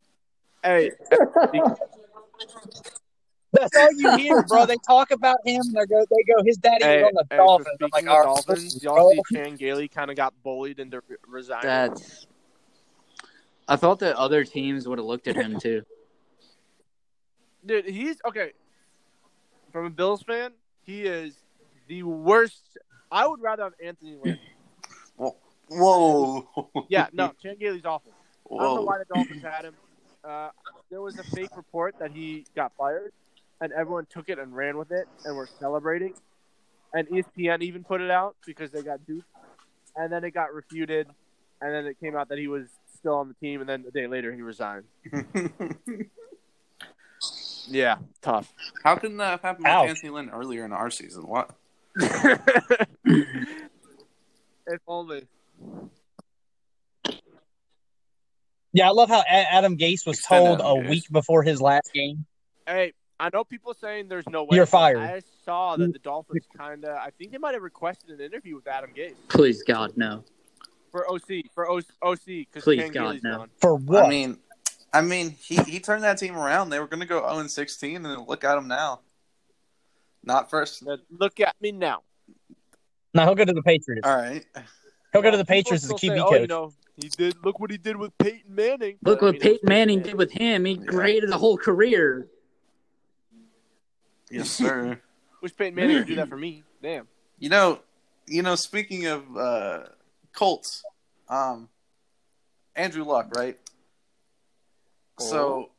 Speaker 2: hey,
Speaker 3: That's all you hear, bro. They talk about him. They go, they go. His daddy
Speaker 2: hey,
Speaker 3: was on the
Speaker 2: hey, so
Speaker 3: Dolphins.
Speaker 2: speaking
Speaker 3: I'm like,
Speaker 2: of
Speaker 3: all right,
Speaker 2: Dolphins,
Speaker 3: listen,
Speaker 2: y'all see
Speaker 3: bro.
Speaker 2: Chan Gailey kind of got bullied into re- resigning.
Speaker 5: that's. I thought that other teams would have looked at him too.
Speaker 2: Dude, he's okay. From a Bills fan, he is the worst. I would rather have Anthony Lynn.
Speaker 4: Whoa.
Speaker 2: Yeah, no, Chan Gailey's awful. I don't know
Speaker 4: Whoa.
Speaker 2: why the Dolphins had him. Uh, there was a fake report that he got fired, and everyone took it and ran with it, and were celebrating. And E ESPN even put it out because they got duped, and then it got refuted, and then it came out that he was still on the team, and then a day later he resigned. Yeah, tough.
Speaker 4: How couldn't that have happened
Speaker 3: Ouch.
Speaker 4: with Anthony Lynn earlier in our season? What?
Speaker 2: if only.
Speaker 3: Yeah, I love how A- Adam Gase was
Speaker 4: Extend
Speaker 3: told
Speaker 4: Adam
Speaker 3: a
Speaker 4: Gase.
Speaker 3: week before his last game.
Speaker 2: Hey, I know people saying there's no way.
Speaker 3: You're
Speaker 2: but
Speaker 3: fired.
Speaker 2: I saw that the Dolphins kind of. I think they might have requested an interview with Adam Gase.
Speaker 5: Please God, no.
Speaker 2: For OC, for O- OC, because
Speaker 5: Please,
Speaker 2: Ken
Speaker 5: God,
Speaker 2: Gailey's
Speaker 5: no.
Speaker 2: gone.
Speaker 3: For what?
Speaker 4: I mean, I mean, he, he turned that team around. They were going to go 0 and 16, and look at them now. Not first.
Speaker 2: Now, Look at me now.
Speaker 3: no, he'll go to the Patriots.
Speaker 4: All right.
Speaker 3: He'll go to the
Speaker 2: People
Speaker 3: Patriots as a
Speaker 2: still
Speaker 3: QB
Speaker 2: say,
Speaker 3: coach.
Speaker 2: Oh, you know, he did. Look what he did with Peyton Manning. But,
Speaker 5: Look
Speaker 2: I
Speaker 5: what
Speaker 2: mean, it was
Speaker 5: Peyton Manning did with him. He
Speaker 4: Yeah.
Speaker 5: created a whole career.
Speaker 4: Yes, sir.
Speaker 2: Wish Peyton Manning would do that for me. Damn.
Speaker 4: you know, you know. Speaking of uh, Colts, um, Andrew Luck, right?
Speaker 2: Oh.
Speaker 4: So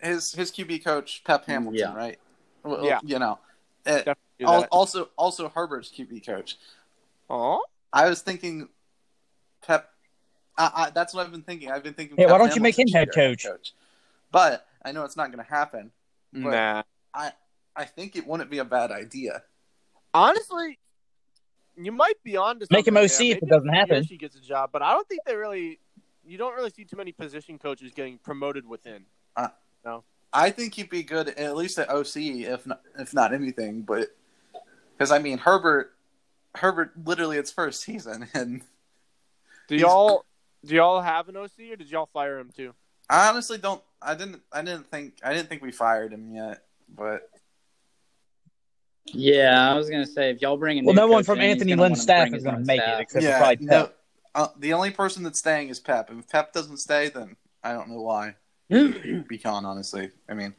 Speaker 4: his his QB coach Pep Hamilton,
Speaker 5: Yeah.
Speaker 4: right? Well,
Speaker 2: Yeah.
Speaker 4: You know, Uh,
Speaker 2: Definitely do
Speaker 4: al-
Speaker 2: that.
Speaker 4: also also Herbert's QB coach.
Speaker 2: Aw.
Speaker 4: I was thinking Pep. I, I, that's what I've been thinking. I've been thinking.
Speaker 3: Yeah, why
Speaker 4: Pep
Speaker 3: don't you make him
Speaker 4: Hamilton
Speaker 3: head
Speaker 4: should be our head
Speaker 3: coach?
Speaker 4: But I know it's not going to happen. But
Speaker 2: Nah.
Speaker 4: I think it wouldn't be a bad idea.
Speaker 2: Honestly, you might be on to
Speaker 3: Make him
Speaker 2: something
Speaker 3: OC
Speaker 2: there.
Speaker 3: if it
Speaker 2: Maybe
Speaker 3: doesn't
Speaker 2: in a year
Speaker 3: happen.
Speaker 2: She gets a job, but I don't think they really. You don't really see too many position coaches getting promoted within.
Speaker 4: I think he'd be good at least at OC, if not, if not anything. But because I mean Herbert, Herbert literally its first season, and
Speaker 2: Do
Speaker 4: He's-
Speaker 2: y'all do y'all have an OC or did y'all fire him too?
Speaker 4: I honestly don't. I didn't. I didn't think. I didn't think we fired him yet. But
Speaker 5: Yeah, I was gonna say if y'all bring a
Speaker 3: Well,
Speaker 5: new
Speaker 3: no one
Speaker 5: coach
Speaker 3: from
Speaker 5: in, he's
Speaker 3: Anthony
Speaker 5: gonna
Speaker 3: Lynn
Speaker 5: wanna
Speaker 3: staff
Speaker 5: bring
Speaker 3: is
Speaker 5: his
Speaker 3: going to
Speaker 5: own
Speaker 3: make
Speaker 5: staff.
Speaker 3: it, except for
Speaker 4: yeah,
Speaker 3: probably
Speaker 4: no.
Speaker 3: Pep.
Speaker 4: Uh, the only person that's staying is Pep. And if Pep doesn't stay, then I don't know why. Be con honestly. I mean,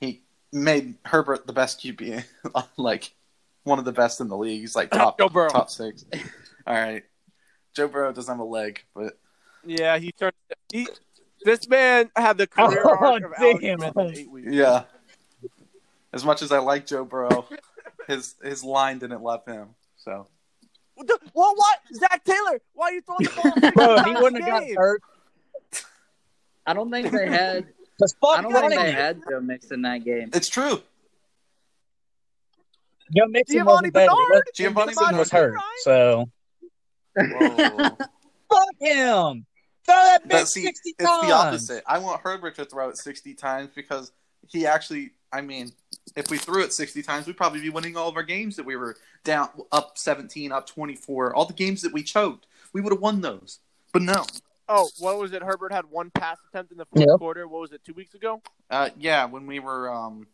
Speaker 4: he made Herbert the best QB, like one of the best in the league. He's like top
Speaker 2: Joe Burrow.
Speaker 4: top six. All right, Joe Burrow doesn't have a leg, but
Speaker 2: Yeah, he turned. He, this man had the career arc
Speaker 3: Oh,
Speaker 2: of Alex
Speaker 3: damn.
Speaker 2: Smith in eight weeks.
Speaker 4: yeah. As much as I like Joe Burrow, his his line didn't love him. So
Speaker 2: What? the- Well, what? Zach Taylor? Why are you throwing the ball?
Speaker 3: Bro, if he wouldn't have got
Speaker 2: Game.
Speaker 3: hurt.
Speaker 5: I don't think they had.
Speaker 3: Because
Speaker 5: I
Speaker 3: fuck
Speaker 5: don't think they
Speaker 3: Johnny.
Speaker 5: had Joe Mixon that game.
Speaker 4: it's true.
Speaker 3: Joe Mixon
Speaker 2: Giovanni
Speaker 3: wasn't bad. He
Speaker 2: Bernard.
Speaker 4: Giovanni
Speaker 3: wasn't- was hurt, so
Speaker 4: Whoa.
Speaker 3: fuck him. Throw that bitch
Speaker 4: But see, it's
Speaker 3: sixty times.
Speaker 4: the opposite. I want Herbert to throw it 60 times because he actually, I mean, if we threw it 60 times, we'd probably be winning all of our games that we were down, up 17, up 24, all the games that we choked. We would have won those. But no.
Speaker 2: Oh, what was it? Herbert had one pass attempt in the fourth
Speaker 3: Yep.
Speaker 2: quarter. What was it? Two weeks ago?
Speaker 4: Uh, yeah, when we were, um,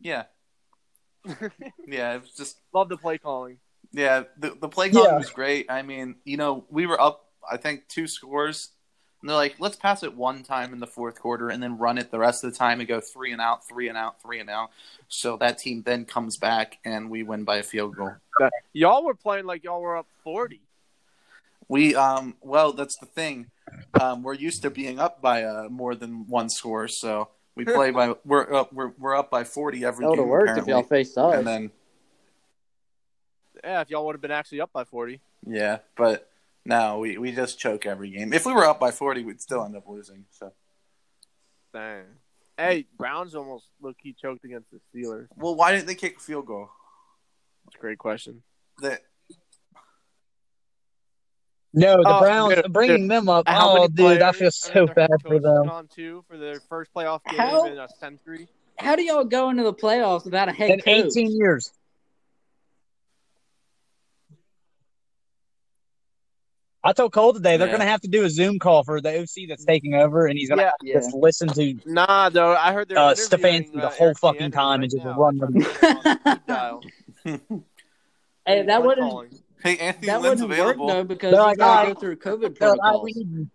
Speaker 4: yeah. yeah, it was just,
Speaker 2: Love the play calling.
Speaker 4: yeah, the, the play calling
Speaker 3: Yeah.
Speaker 4: was great. I mean, you know, we were up, I think, two scores. And they're like, let's pass it one time in the fourth quarter and then run it the rest of the time and go three and out, three and out, three and out. So that team then comes back and we win by a field goal.
Speaker 2: Y'all were playing like y'all were up forty.
Speaker 4: We, um, well, that's the thing. Um, we're used to being up by uh, more than one score. So we play by, we're up, we're, we're up by 40 every
Speaker 5: That would
Speaker 4: game.
Speaker 5: have worked if
Speaker 4: apparently.
Speaker 5: y'all faced us.
Speaker 4: and then,
Speaker 2: Yeah, if y'all would have been actually up by forty.
Speaker 4: yeah, but no, we, we just choke every game. If we were up by 40, we'd still end up losing. So.
Speaker 2: Dang. Hey, Browns almost low key choked against the Steelers.
Speaker 4: Well, why didn't they kick a field goal?
Speaker 2: That's a great question.
Speaker 4: That
Speaker 3: No, the
Speaker 2: Oh,
Speaker 3: Browns
Speaker 2: dude,
Speaker 3: bringing them up. Oh, dude, I feel
Speaker 2: players
Speaker 3: so
Speaker 2: under their
Speaker 3: bad
Speaker 2: head
Speaker 3: for
Speaker 2: coach
Speaker 3: them.
Speaker 2: Gone to for their first playoff game
Speaker 5: How?
Speaker 2: in a century.
Speaker 5: How do y'all go into the playoffs without a head
Speaker 3: In
Speaker 5: coach?
Speaker 3: eighteen years, I told Cole today they're
Speaker 4: Yeah.
Speaker 3: going to have to do a Zoom call for the OC that's taking over, and he's going to
Speaker 2: Yeah.
Speaker 5: Yeah.
Speaker 3: just listen to
Speaker 2: Nah, though I heard they're
Speaker 3: Uh,
Speaker 2: interviewing,
Speaker 3: Stefanski the
Speaker 2: uh,
Speaker 3: whole
Speaker 2: Eric
Speaker 3: fucking
Speaker 2: Bieniemy
Speaker 3: time
Speaker 2: right
Speaker 3: and just
Speaker 2: now.
Speaker 3: run them.
Speaker 2: Dial.
Speaker 5: Hey, that
Speaker 2: Play
Speaker 5: wouldn't
Speaker 2: calling.
Speaker 4: hey, Anthony
Speaker 5: that
Speaker 4: Lynn's
Speaker 5: wouldn't work
Speaker 4: available.
Speaker 5: though because
Speaker 3: They're
Speaker 5: you
Speaker 3: like,
Speaker 5: gotta
Speaker 3: "Ah,
Speaker 5: go through COVID
Speaker 3: They're like, "Ah,
Speaker 5: protocols.
Speaker 3: we need-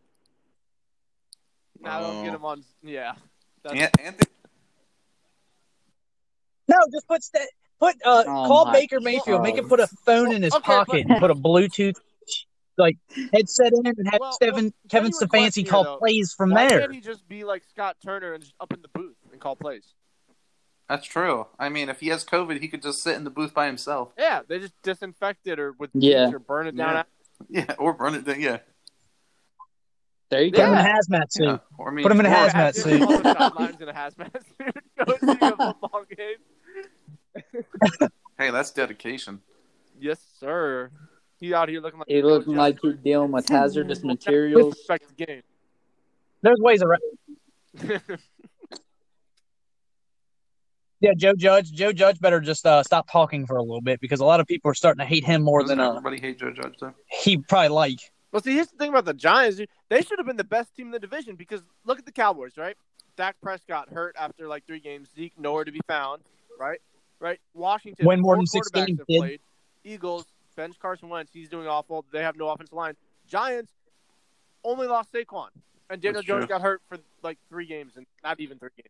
Speaker 2: Now they'll
Speaker 4: Oh.
Speaker 2: get him on. Yeah, That's-
Speaker 4: An- Anthony,
Speaker 3: No, just put sta put uh,
Speaker 5: Oh
Speaker 3: call
Speaker 5: my
Speaker 3: Baker Mayfield. Make him put a phone in his
Speaker 2: Okay,
Speaker 3: pocket
Speaker 2: but-
Speaker 3: and put a Bluetooth like headset in and have
Speaker 2: Well,
Speaker 3: Steven,
Speaker 2: well,
Speaker 3: Kevin
Speaker 2: genuine question
Speaker 3: Stefanski
Speaker 2: here,
Speaker 3: call
Speaker 2: though.
Speaker 3: plays from
Speaker 2: Why
Speaker 3: there.
Speaker 2: can't he just be like Scott Turner and just up in the booth and call plays?
Speaker 4: that's true. I mean, if he has COVID, he could just sit in the booth by himself.
Speaker 2: Yeah, they just disinfect it or with
Speaker 5: Yeah.
Speaker 2: bleach or burn it down.
Speaker 4: Yeah. Yeah, or burn it. down, Yeah,
Speaker 5: There you
Speaker 3: Put him in
Speaker 5: go.
Speaker 3: a hazmat suit.
Speaker 4: yeah. Or I mean,
Speaker 3: Put him in a
Speaker 2: Or
Speaker 3: hazmat
Speaker 2: have him
Speaker 3: suit.
Speaker 2: on the sidelines in a hazmat suit. Go see a football game.
Speaker 4: Hey, that's dedication.
Speaker 2: Yes, sir. He out here looking like
Speaker 5: He looking like he's dealing with hazardous materials.
Speaker 2: respect the game.
Speaker 3: There's ways around. Yeah, Joe Judge. Joe Judge better just uh, stop talking for a little bit because a lot of people are starting to hate him more
Speaker 4: Doesn't
Speaker 3: than uh,
Speaker 4: everybody hate Joe Judge though?
Speaker 3: he probably like.
Speaker 2: well, see, here's the thing about the Giants. Dude. They should have been the best team in the division because look at the Cowboys, right? Dak Prescott hurt after like three games. Zeke nowhere to be found, right? Right. Washington.
Speaker 3: Win more
Speaker 2: four
Speaker 3: than six
Speaker 2: quarterbacks
Speaker 3: games,
Speaker 2: have
Speaker 3: kid.
Speaker 2: played. Eagles bench Carson Wentz. He's doing awful. They have no offensive line. Giants only lost Saquon, and Daniel
Speaker 4: That's
Speaker 2: Jones
Speaker 4: true.
Speaker 2: got hurt for like three games, and not even three games.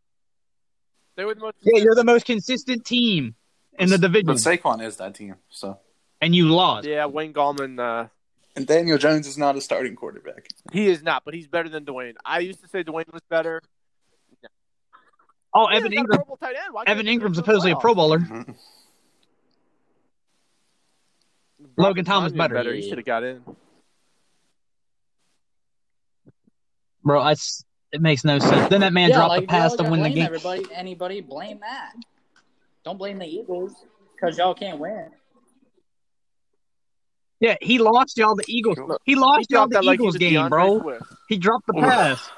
Speaker 2: They were the most.
Speaker 3: Yeah, you're the most consistent team in the division,
Speaker 4: But Saquon is that team. So
Speaker 3: and you lost.
Speaker 2: Yeah, Wayne Gallman. Uh,
Speaker 4: and Daniel Jones is not a starting quarterback.
Speaker 2: He is not, but he's better than Dwayne. I used to say Dwayne was better.
Speaker 3: Oh,
Speaker 2: Yeah,
Speaker 3: Evan
Speaker 2: he's got a
Speaker 3: Ingram.
Speaker 2: Pro Bowl tight end. Why can't
Speaker 3: Evan
Speaker 2: he
Speaker 3: Ingram's
Speaker 2: go to the
Speaker 3: supposedly a
Speaker 2: playoffs?
Speaker 3: Pro Bowler.
Speaker 2: Robert
Speaker 3: Logan Thomas
Speaker 2: Tanyan
Speaker 3: better.
Speaker 2: He should have got in.
Speaker 3: Bro, I s it makes no sense. Then that man dropped
Speaker 5: like,
Speaker 3: the
Speaker 5: if y'all
Speaker 3: pass to
Speaker 5: gotta
Speaker 3: win the
Speaker 5: blame
Speaker 3: game.
Speaker 5: Everybody, anybody, blame that. Don't blame the Eagles because y'all can't win.
Speaker 3: Yeah, he lost y'all the Eagles. He lost
Speaker 2: He
Speaker 3: y'all
Speaker 2: dropped
Speaker 3: the
Speaker 2: that like he
Speaker 3: Eagles
Speaker 2: was
Speaker 3: game,
Speaker 2: DeAndre
Speaker 3: bro.
Speaker 2: Swift.
Speaker 3: He dropped the
Speaker 4: Oof.
Speaker 3: pass.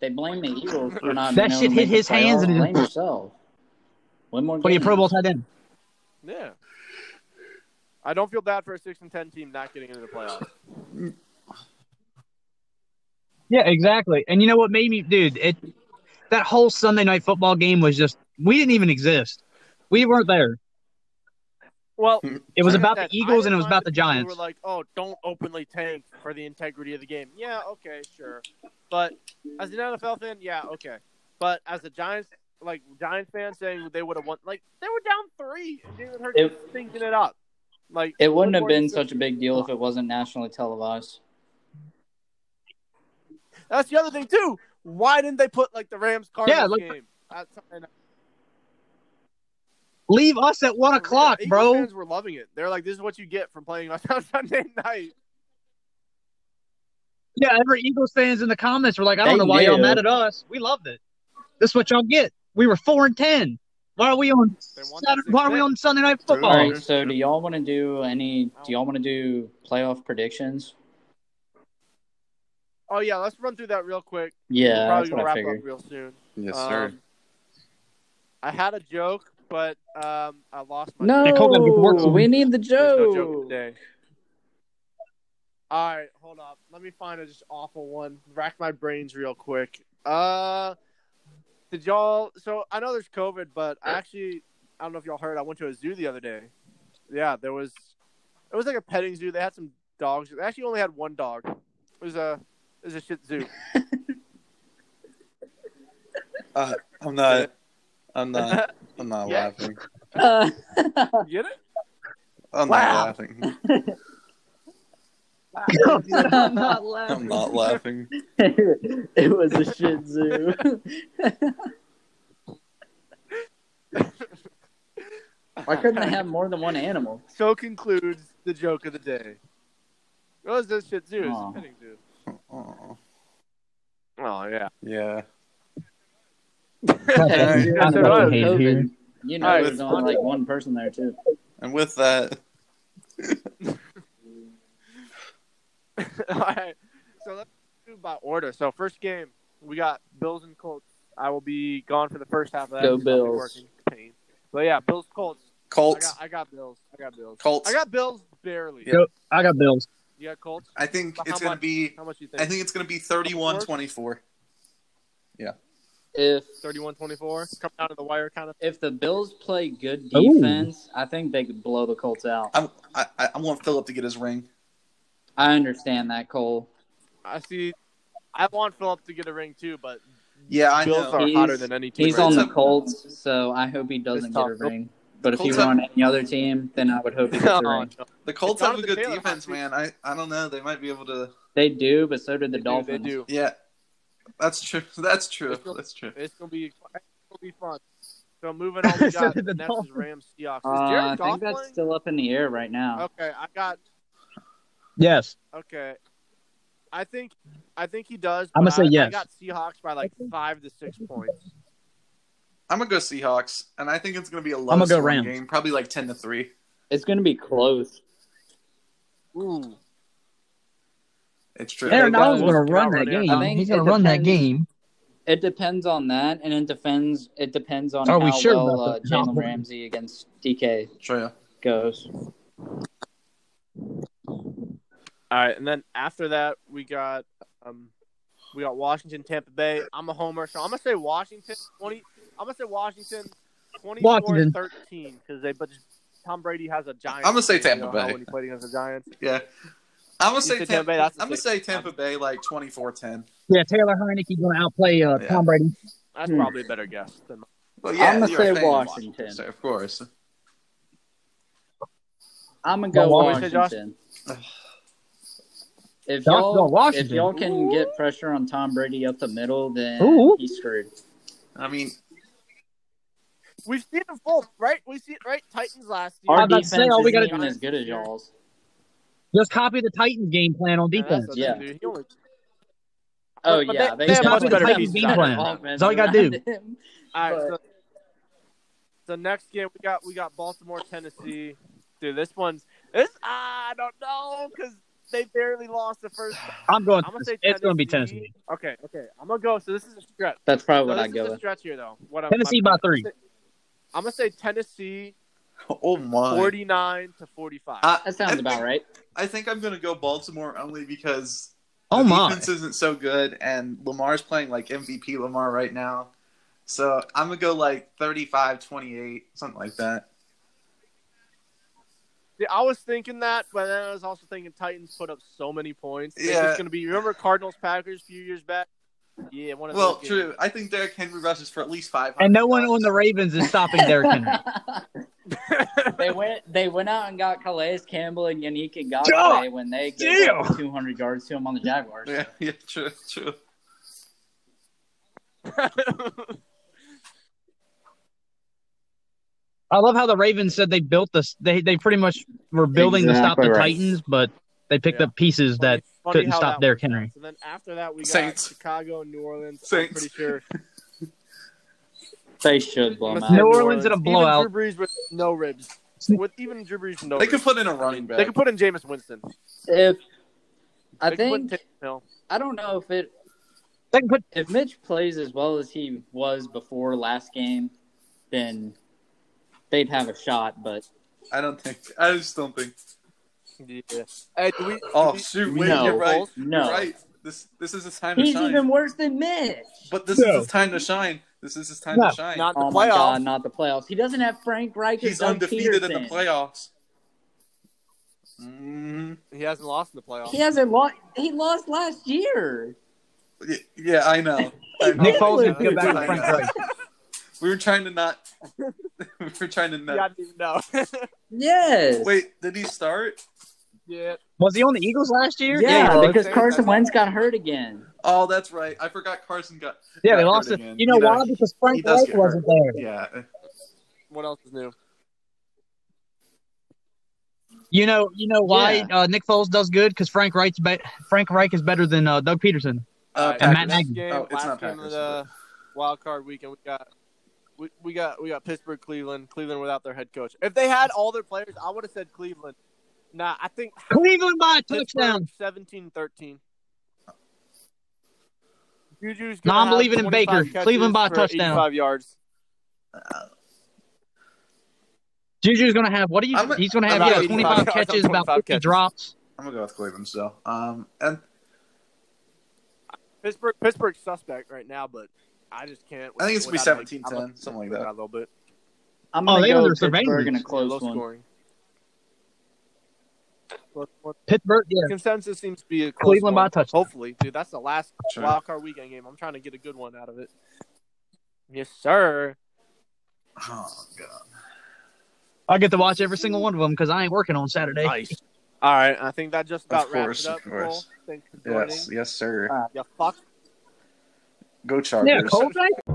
Speaker 5: They blame the Eagles for not.
Speaker 3: That
Speaker 5: being able
Speaker 3: shit
Speaker 5: to
Speaker 3: hit
Speaker 5: make the
Speaker 3: his hands
Speaker 5: playoffs.
Speaker 3: and it-
Speaker 5: blame yourself. One more.
Speaker 3: What are you
Speaker 5: game.
Speaker 3: Pro Bowl tight end?
Speaker 2: Yeah. I don't feel bad for a six and ten team not getting into the playoffs.
Speaker 3: Yeah, exactly. And you know what made me, dude? It that whole Sunday night football game was just we didn't even exist. We weren't there.
Speaker 2: Well,
Speaker 3: It was
Speaker 2: like I
Speaker 3: about the
Speaker 2: said, I
Speaker 3: Eagles and
Speaker 2: didn't
Speaker 3: it was
Speaker 2: mind
Speaker 3: about the
Speaker 2: if people
Speaker 3: Giants.
Speaker 2: Were like, oh, don't openly tank for the integrity of the game. Yeah, okay, sure. But as an NFL fan, yeah, okay. But as a Giants, like Giants fan, saying they would have won, like they were down three, and Jalen Hurts
Speaker 5: It-
Speaker 2: was thinking it up. Like
Speaker 5: It wouldn't have been
Speaker 2: That's
Speaker 5: such a big deal if it wasn't nationally televised.
Speaker 2: That's the other thing too. Why didn't they put like the Rams Cardinals
Speaker 3: Yeah, like-
Speaker 2: game? That's something-
Speaker 3: Leave us at one o'clock,
Speaker 2: Eagles
Speaker 3: bro.
Speaker 2: Fans were loving it. They're like, "This is what you get from playing us on Sunday night."
Speaker 3: Yeah, every Eagles fans in the comments were like, I don't
Speaker 5: They
Speaker 3: know why y'all
Speaker 5: knew.
Speaker 3: mad at us. We loved it. This is what y'all get. We were four and ten. Why are we on
Speaker 2: They won
Speaker 3: Saturday,
Speaker 2: six
Speaker 3: why are we
Speaker 2: men.
Speaker 3: on Sunday night football?
Speaker 5: All right, so do y'all want to do any? Do y'all want to do playoff predictions?
Speaker 2: Oh yeah, let's run through that real quick.
Speaker 5: Yeah,
Speaker 2: We're probably
Speaker 5: that's what
Speaker 2: gonna
Speaker 5: I
Speaker 2: wrap
Speaker 5: figured.
Speaker 2: up real soon.
Speaker 4: Yes,
Speaker 2: Um, I had a joke, but um, I lost my.
Speaker 5: No,
Speaker 3: Yeah, Colton, we can work some-
Speaker 5: Oh, we need the
Speaker 2: There's no
Speaker 5: joke.
Speaker 2: joke today. All right, hold up. Let me find a just awful one. Rack my brains real quick. Uh, did y'all? So I know there's COVID, but I actually I don't know if y'all heard. I went to a zoo the other day. Yeah, there was. It was like a petting zoo. They had some dogs. They actually only had one dog. It was a it was a shit zoo.
Speaker 4: Uh, I'm not. I'm not. I'm not
Speaker 2: Yeah.
Speaker 4: laughing.
Speaker 5: Uh,
Speaker 2: Get it?
Speaker 4: I'm
Speaker 3: Wow.
Speaker 4: not laughing.
Speaker 6: I'm not
Speaker 4: I'm
Speaker 6: laughing.
Speaker 4: not laughing.
Speaker 5: it was a shit zoo. Why couldn't they have more than one animal?
Speaker 2: So concludes the joke of the day. What was this shit zoo? It was
Speaker 5: Aw.
Speaker 2: a petting zoo.
Speaker 4: Aw,
Speaker 2: Oh yeah.
Speaker 4: yeah.
Speaker 3: That's
Speaker 4: Alright.
Speaker 5: Dude,
Speaker 2: Yes, it
Speaker 5: with
Speaker 2: was.
Speaker 5: COVID,
Speaker 3: Hated here.
Speaker 5: You know,
Speaker 2: Alright,
Speaker 5: there's only like one person there too.
Speaker 4: And with that,
Speaker 2: All right. So let's do by order. So first game, we got Bills and Colts. I will be gone for the first half of that.
Speaker 5: Go
Speaker 2: because I'll be
Speaker 5: Bills.
Speaker 2: working pain. But yeah, Bills Colts. I
Speaker 4: Colts.
Speaker 2: got, I got Bills. I got Bills.
Speaker 4: Colts.
Speaker 2: I got Bills barely.
Speaker 4: Yeah.
Speaker 3: I got Bills.
Speaker 2: You got Colts.
Speaker 4: I think
Speaker 2: But
Speaker 4: it's
Speaker 2: how
Speaker 4: gonna
Speaker 2: much?
Speaker 4: be.
Speaker 2: How much do you think?
Speaker 4: I think it's gonna be 31-24.
Speaker 5: If
Speaker 2: 31-24. Come down to the wire, kind of.
Speaker 5: if the Bills play good
Speaker 3: Ooh.
Speaker 5: defense, I think they could blow the Colts out.
Speaker 4: I'm. I, I I want Philip to get his ring.
Speaker 5: I understand that, Cole.
Speaker 2: I see. I want Philip to get a ring too, but
Speaker 4: Yeah, I
Speaker 2: Bills
Speaker 4: know.
Speaker 2: are
Speaker 5: He's-
Speaker 2: hotter than any team.
Speaker 5: He's
Speaker 2: right
Speaker 5: on
Speaker 2: now.
Speaker 5: the Colts, so I hope he doesn't
Speaker 2: It's
Speaker 5: get
Speaker 2: tough.
Speaker 5: a ring. But if he
Speaker 4: Colts
Speaker 5: were
Speaker 4: have-
Speaker 5: on any other team, then I would hope he gets a
Speaker 2: Oh,
Speaker 5: ring.
Speaker 2: no.
Speaker 4: The Colts have a
Speaker 2: Jonathan
Speaker 4: good
Speaker 2: Taylor
Speaker 4: defense,
Speaker 2: might be-
Speaker 4: man. I I don't know. They might be able to.
Speaker 5: They do, but so did the
Speaker 2: They do,
Speaker 5: Dolphins.
Speaker 2: they do.
Speaker 4: Yeah. That's true. That's true. That's true.
Speaker 2: It's gonna be. It's gonna be fun. So moving on, we got
Speaker 3: Said the
Speaker 2: next is
Speaker 3: Dolphins.
Speaker 2: Rams Seahawks.
Speaker 5: Uh,
Speaker 2: Is
Speaker 5: I
Speaker 2: Jared
Speaker 5: think
Speaker 2: Goff
Speaker 5: that's
Speaker 2: playing?
Speaker 5: still up in the air right now.
Speaker 2: Okay, I got
Speaker 3: Yes.
Speaker 2: Okay. I think I think he does.
Speaker 3: I'm
Speaker 2: but
Speaker 3: gonna say
Speaker 2: I-
Speaker 3: yes.
Speaker 2: I got Seahawks by like five to six points.
Speaker 4: I'm gonna go Seahawks, and I think it's gonna be a low
Speaker 3: gonna go
Speaker 4: scoring
Speaker 3: Rams.
Speaker 4: game, probably like ten to three.
Speaker 5: It's going to be close.
Speaker 2: Ooh.
Speaker 4: It's true.
Speaker 5: There
Speaker 3: Aaron
Speaker 5: goes.
Speaker 3: Donald's gonna run
Speaker 2: I
Speaker 3: that game.
Speaker 5: think
Speaker 3: He's gonna
Speaker 5: it
Speaker 3: run that
Speaker 5: depends.
Speaker 3: game.
Speaker 5: It depends on that, and it depends. It depends on
Speaker 3: Are we
Speaker 5: how
Speaker 3: sure
Speaker 5: well uh,
Speaker 3: about that?
Speaker 5: Jalen Ramsey against DK
Speaker 4: True.
Speaker 5: goes.
Speaker 2: All right, and then after that we got um we got Washington, Tampa Bay. I'm a homer, so I'm gonna say Washington twenty. I'm gonna say Washington
Speaker 3: Washington.
Speaker 2: 24-13 because they but Tom Brady has a giant.
Speaker 4: I'm gonna say
Speaker 2: game, you know,
Speaker 4: Tampa
Speaker 2: how
Speaker 4: Bay.
Speaker 2: When he played against the Giants,
Speaker 4: Yeah. I'm gonna
Speaker 2: You
Speaker 4: say
Speaker 2: said
Speaker 4: Tampa
Speaker 2: Tampa Bay,
Speaker 4: Bay. I'm
Speaker 2: that's the
Speaker 4: gonna say
Speaker 2: same.
Speaker 4: Tampa Bay like 24-10.
Speaker 3: Yeah, Taylor Heineke gonna outplay uh,
Speaker 4: Yeah.
Speaker 3: Tom Brady.
Speaker 2: that's
Speaker 5: Hmm.
Speaker 2: probably a better guess than.
Speaker 4: Well,
Speaker 5: I'm gonna
Speaker 4: you're a
Speaker 5: say
Speaker 4: fan of
Speaker 5: Washington.
Speaker 4: so of course.
Speaker 5: I'm gonna go
Speaker 3: Go
Speaker 2: Washington.
Speaker 5: Washington. If
Speaker 3: Josh, go
Speaker 5: y'all if
Speaker 3: Washington.
Speaker 5: y'all can get pressure on Tom Brady up the middle, then
Speaker 3: Ooh.
Speaker 5: he's screwed.
Speaker 4: I mean,
Speaker 2: We've seen them both, right? We see it, right? Titans last year.
Speaker 5: Our
Speaker 3: about to
Speaker 5: defense
Speaker 3: say, all we
Speaker 5: isn't
Speaker 3: gotta-
Speaker 5: even as good as y'all's.
Speaker 3: Just copy the Titans game plan on
Speaker 2: Yeah, that's
Speaker 3: defense.
Speaker 2: the
Speaker 5: Yeah.
Speaker 2: thing, dude. He only-
Speaker 5: Oh
Speaker 2: but
Speaker 5: yeah,
Speaker 2: they-
Speaker 5: they,
Speaker 2: they
Speaker 5: have
Speaker 3: have
Speaker 5: much
Speaker 3: a better
Speaker 5: better
Speaker 3: game
Speaker 5: better
Speaker 3: plan.
Speaker 5: offense
Speaker 3: That's all you gotta do.
Speaker 5: around him.
Speaker 2: All right, so
Speaker 5: But-
Speaker 2: So next game we got we got Baltimore Tennessee. Dude, this one's this ah, I don't know because they barely lost the first.
Speaker 3: I'm going.
Speaker 2: I'm gonna say
Speaker 3: it's gonna be
Speaker 2: Tennessee.
Speaker 3: Tennessee.
Speaker 2: Okay, okay, I'm gonna go. So this is a stretch.
Speaker 5: That's probably
Speaker 2: So
Speaker 5: what I
Speaker 2: this
Speaker 5: go
Speaker 2: is a
Speaker 5: with.
Speaker 2: stretch here though. What I'm-
Speaker 3: Tennessee by
Speaker 2: I'm
Speaker 3: three.
Speaker 2: I'm gonna say Tennessee
Speaker 4: Oh my.
Speaker 2: 49 to 45.
Speaker 4: Uh,
Speaker 5: That sounds
Speaker 4: I
Speaker 5: about
Speaker 4: think-
Speaker 5: right.
Speaker 4: I think I'm gonna go Baltimore only because
Speaker 3: Oh
Speaker 4: the
Speaker 3: my!
Speaker 4: defense isn't so good, and Lamar's playing like MVP Lamar right now. So I'm gonna go like 35, 28, something like that.
Speaker 2: Yeah, I was thinking that, but then I was also thinking Titans put up so many points. It's
Speaker 4: Yeah.
Speaker 2: going to be. Remember Cardinals Packers a few years back? Yeah, one of
Speaker 4: Well,
Speaker 2: those
Speaker 4: true. I think Derrick Henry rushes for at least 500.
Speaker 3: And no one on the Ravens is stopping Derrick Henry.
Speaker 5: they went they went out and got Calais Campbell and Yannick and
Speaker 3: God
Speaker 5: when they gave
Speaker 3: damn.
Speaker 5: up 200 yards to him on the Jaguars.
Speaker 4: Yeah, yeah, true, true.
Speaker 2: games.
Speaker 3: I love how the Ravens said they built this. They they pretty much were building to stop
Speaker 5: Exactly
Speaker 3: the
Speaker 5: right.
Speaker 3: Titans, but they picked
Speaker 2: Yeah.
Speaker 3: up pieces that
Speaker 2: Funny
Speaker 3: couldn't
Speaker 2: how
Speaker 3: stop
Speaker 2: that
Speaker 3: Derrick
Speaker 2: worked out.
Speaker 3: Henry.
Speaker 2: So then after that, we got
Speaker 4: Saints.
Speaker 2: Chicago and New Orleans. I'm
Speaker 4: Saints.
Speaker 2: pretty sure.
Speaker 5: They should blow
Speaker 2: I'm
Speaker 5: them
Speaker 2: gonna say
Speaker 3: New
Speaker 5: out.
Speaker 3: Orleans in a blowout.
Speaker 2: Even Drew Brees with no ribs. With even Drew Brees with no
Speaker 4: They
Speaker 2: ribs.
Speaker 4: could put in a running back.
Speaker 2: they could put in Jameis Winston.
Speaker 5: If I
Speaker 2: They could put in
Speaker 5: think
Speaker 2: Taysom Hill.
Speaker 5: I don't know if it
Speaker 3: They can put
Speaker 5: if Mitch plays as well as he was before last game, then they'd have a shot. But
Speaker 4: I don't think. I just don't think.
Speaker 2: Yeah. Hey, do we, do
Speaker 4: Oh
Speaker 2: we-
Speaker 4: shoot!
Speaker 5: we
Speaker 4: Wait,
Speaker 5: know.
Speaker 4: you're right.
Speaker 5: No.
Speaker 4: You're right. This this is his time to
Speaker 5: he's
Speaker 4: shine.
Speaker 5: even worse than Mitch.
Speaker 4: But this
Speaker 3: No.
Speaker 4: is his time to shine. This is his time
Speaker 3: No.
Speaker 4: to shine.
Speaker 2: not in the
Speaker 5: Oh my god,
Speaker 2: playoffs.
Speaker 5: not the playoffs. He doesn't have Frank Reich. or
Speaker 4: He's
Speaker 5: Doug
Speaker 4: undefeated in the
Speaker 5: Peterson.
Speaker 4: playoffs. Mhm.
Speaker 2: He hasn't lost in the playoffs.
Speaker 5: He hasn't lost. He lost last year.
Speaker 4: Y- Yeah, I know. I know.
Speaker 3: Nick Foles
Speaker 2: yeah,
Speaker 3: needs to go
Speaker 2: yeah,
Speaker 3: back to
Speaker 4: yeah.
Speaker 3: Frank Reich.
Speaker 4: We were trying to not. we were trying to not.
Speaker 2: Yeah, I didn't even know.
Speaker 5: Yes.
Speaker 4: Wait, did he start?
Speaker 2: yeah.
Speaker 3: Was he on the Eagles last year?
Speaker 5: Yeah,
Speaker 3: he was.
Speaker 5: because
Speaker 4: Same
Speaker 5: Carson
Speaker 4: time.
Speaker 5: Wentz got hurt again.
Speaker 4: Oh, that's right. I forgot Carson got.
Speaker 3: yeah, they
Speaker 4: got
Speaker 3: lost
Speaker 4: hurt
Speaker 3: it.
Speaker 4: again.
Speaker 3: You know
Speaker 4: He
Speaker 3: why?
Speaker 4: does-
Speaker 3: Because Frank
Speaker 4: he does
Speaker 3: Reich
Speaker 4: get hurt.
Speaker 3: wasn't there.
Speaker 4: Yeah.
Speaker 2: What else is new?
Speaker 3: You know, you know why
Speaker 5: Yeah.
Speaker 3: uh, Nick Foles does good because Frank Reich's be- Frank Reich is better than uh, Doug Peterson.
Speaker 4: Uh,
Speaker 2: Alright,
Speaker 3: And
Speaker 4: Packers.
Speaker 3: Matt Nagy.
Speaker 2: Game,
Speaker 4: Oh, it's
Speaker 2: last
Speaker 4: not
Speaker 2: game of
Speaker 4: Packers,
Speaker 2: the wild card weekend. We got we, we got we got Pittsburgh, Cleveland, Cleveland without their head coach. If they had all their players, I would have said Cleveland. Nah, I think
Speaker 3: Cleveland by a touchdown.
Speaker 2: Pittsburgh 17-13. Juju's
Speaker 3: No,
Speaker 2: gonna
Speaker 3: I'm
Speaker 2: have
Speaker 3: believing in
Speaker 2: 25
Speaker 3: Baker. Cleveland by a
Speaker 2: catches for
Speaker 3: touchdown.
Speaker 2: 85 yards.
Speaker 3: Juju's gonna have what do you?
Speaker 4: I'm a-
Speaker 3: he's gonna
Speaker 4: I'm
Speaker 3: have
Speaker 4: not
Speaker 3: yeah,
Speaker 4: even
Speaker 3: 25
Speaker 2: talking about
Speaker 3: catches, about
Speaker 2: 25
Speaker 3: 50
Speaker 2: catches.
Speaker 3: drops.
Speaker 4: I'm gonna go with Cleveland still. Um, and
Speaker 2: Pittsburgh Pittsburgh's suspect right now, but I just can't.
Speaker 4: I think it's gonna be
Speaker 2: without Baker.
Speaker 4: 17-10,
Speaker 2: I love
Speaker 4: something like
Speaker 2: Pittsburgh
Speaker 4: that.
Speaker 2: A little bit.
Speaker 5: I'm
Speaker 3: Oh,
Speaker 5: gonna
Speaker 3: they
Speaker 5: go
Speaker 3: under
Speaker 5: with Pittsburgh in
Speaker 3: surveillance.
Speaker 5: a close
Speaker 2: low
Speaker 5: one.
Speaker 2: scoring. Close one.
Speaker 3: Pittsburgh, yeah.
Speaker 2: Consensus seems to be a close
Speaker 3: Cleveland by
Speaker 2: one.
Speaker 3: a touchdown.
Speaker 2: Hopefully, dude, that's the last
Speaker 4: Sure.
Speaker 2: wild card weekend game. I'm trying to get a good one out of it. Yes, sir.
Speaker 4: oh god,
Speaker 3: I get to watch every single one of them because I ain't working on Saturday.
Speaker 2: Nice. All right, I think that just about
Speaker 4: Of
Speaker 2: wraps
Speaker 4: course,
Speaker 2: it up.
Speaker 4: of course.
Speaker 2: Cole. Thanks for joining.
Speaker 4: yes, yes, sir.
Speaker 5: Uh,
Speaker 2: You fuck.
Speaker 4: Go Chargers.
Speaker 3: Yeah, Cole Beck-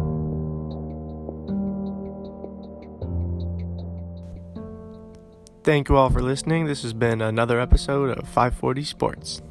Speaker 7: Thank you all for listening. This has been another episode of 540 Sports.